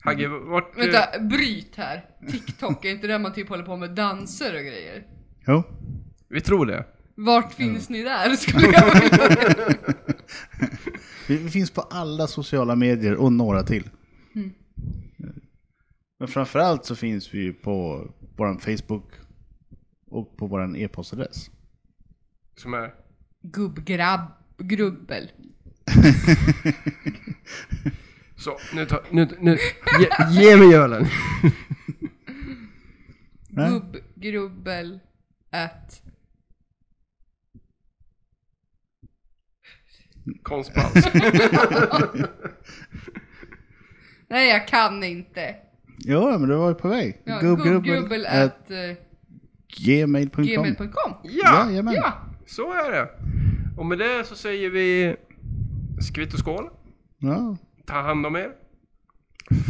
Speaker 2: Hagge, vart...
Speaker 1: Vänta, bryt här. TikTok, är inte där man typ håller på med danser och grejer?
Speaker 3: jo.
Speaker 2: Vi tror det.
Speaker 1: Vart finns ni där skulle jag vilja
Speaker 3: Vi, vi finns på alla sociala medier och några till. Men framförallt så finns vi ju på vår Facebook och på vår e-postadress.
Speaker 2: Som är...
Speaker 1: Gubbgrabb, grubbel.
Speaker 2: Så, nu tar... Nu, nu, ge, ge mig ölen!
Speaker 3: Nej.
Speaker 1: Gubbgrubbel at
Speaker 2: Konstpaus.
Speaker 1: Nej jag kan inte.
Speaker 3: Ja, men du var ju på väg.
Speaker 1: Ja,
Speaker 3: Gubbgrubbel
Speaker 1: Gubbgrubbel
Speaker 3: at
Speaker 1: at eh,
Speaker 3: gmail.com.
Speaker 1: gmail.com.
Speaker 2: Ja!
Speaker 3: Jajamän.
Speaker 1: Ja,
Speaker 2: Så är det. Och med det så säger vi skvitt och skål.
Speaker 3: Ja.
Speaker 2: Ta hand om er.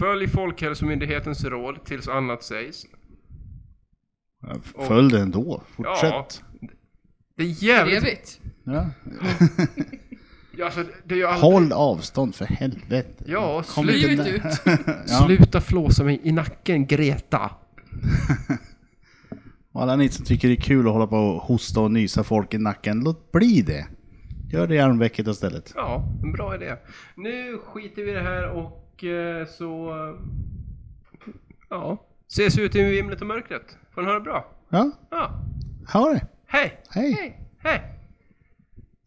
Speaker 2: Följ Folkhälsomyndighetens råd tills annat sägs.
Speaker 3: Ja, Följ det ändå. Fortsätt.
Speaker 2: Det är jävligt...
Speaker 1: trevligt.
Speaker 3: Ja.
Speaker 2: Ja, alltså, det är ju aldrig...
Speaker 3: Håll avstånd för helvete.
Speaker 2: Ja,
Speaker 3: Kom
Speaker 2: slut.
Speaker 3: inte
Speaker 1: Livet
Speaker 3: där.
Speaker 1: ut.
Speaker 3: Ja.
Speaker 2: Sluta flåsa mig i nacken, Greta.
Speaker 3: Och alla ni som tycker det är kul att hålla på och hosta och nysa folk i nacken, låt bli det. Gör det i armvecket istället.
Speaker 2: Ja, en bra idé. Nu skiter vi i det här och eh, så... Ja. Ses ut i vimlet och mörkret. Får ni ha det bra.
Speaker 3: Ja,
Speaker 2: Ja.
Speaker 3: ha det.
Speaker 2: Hej!
Speaker 3: Hej.
Speaker 1: Hej.
Speaker 2: Hej!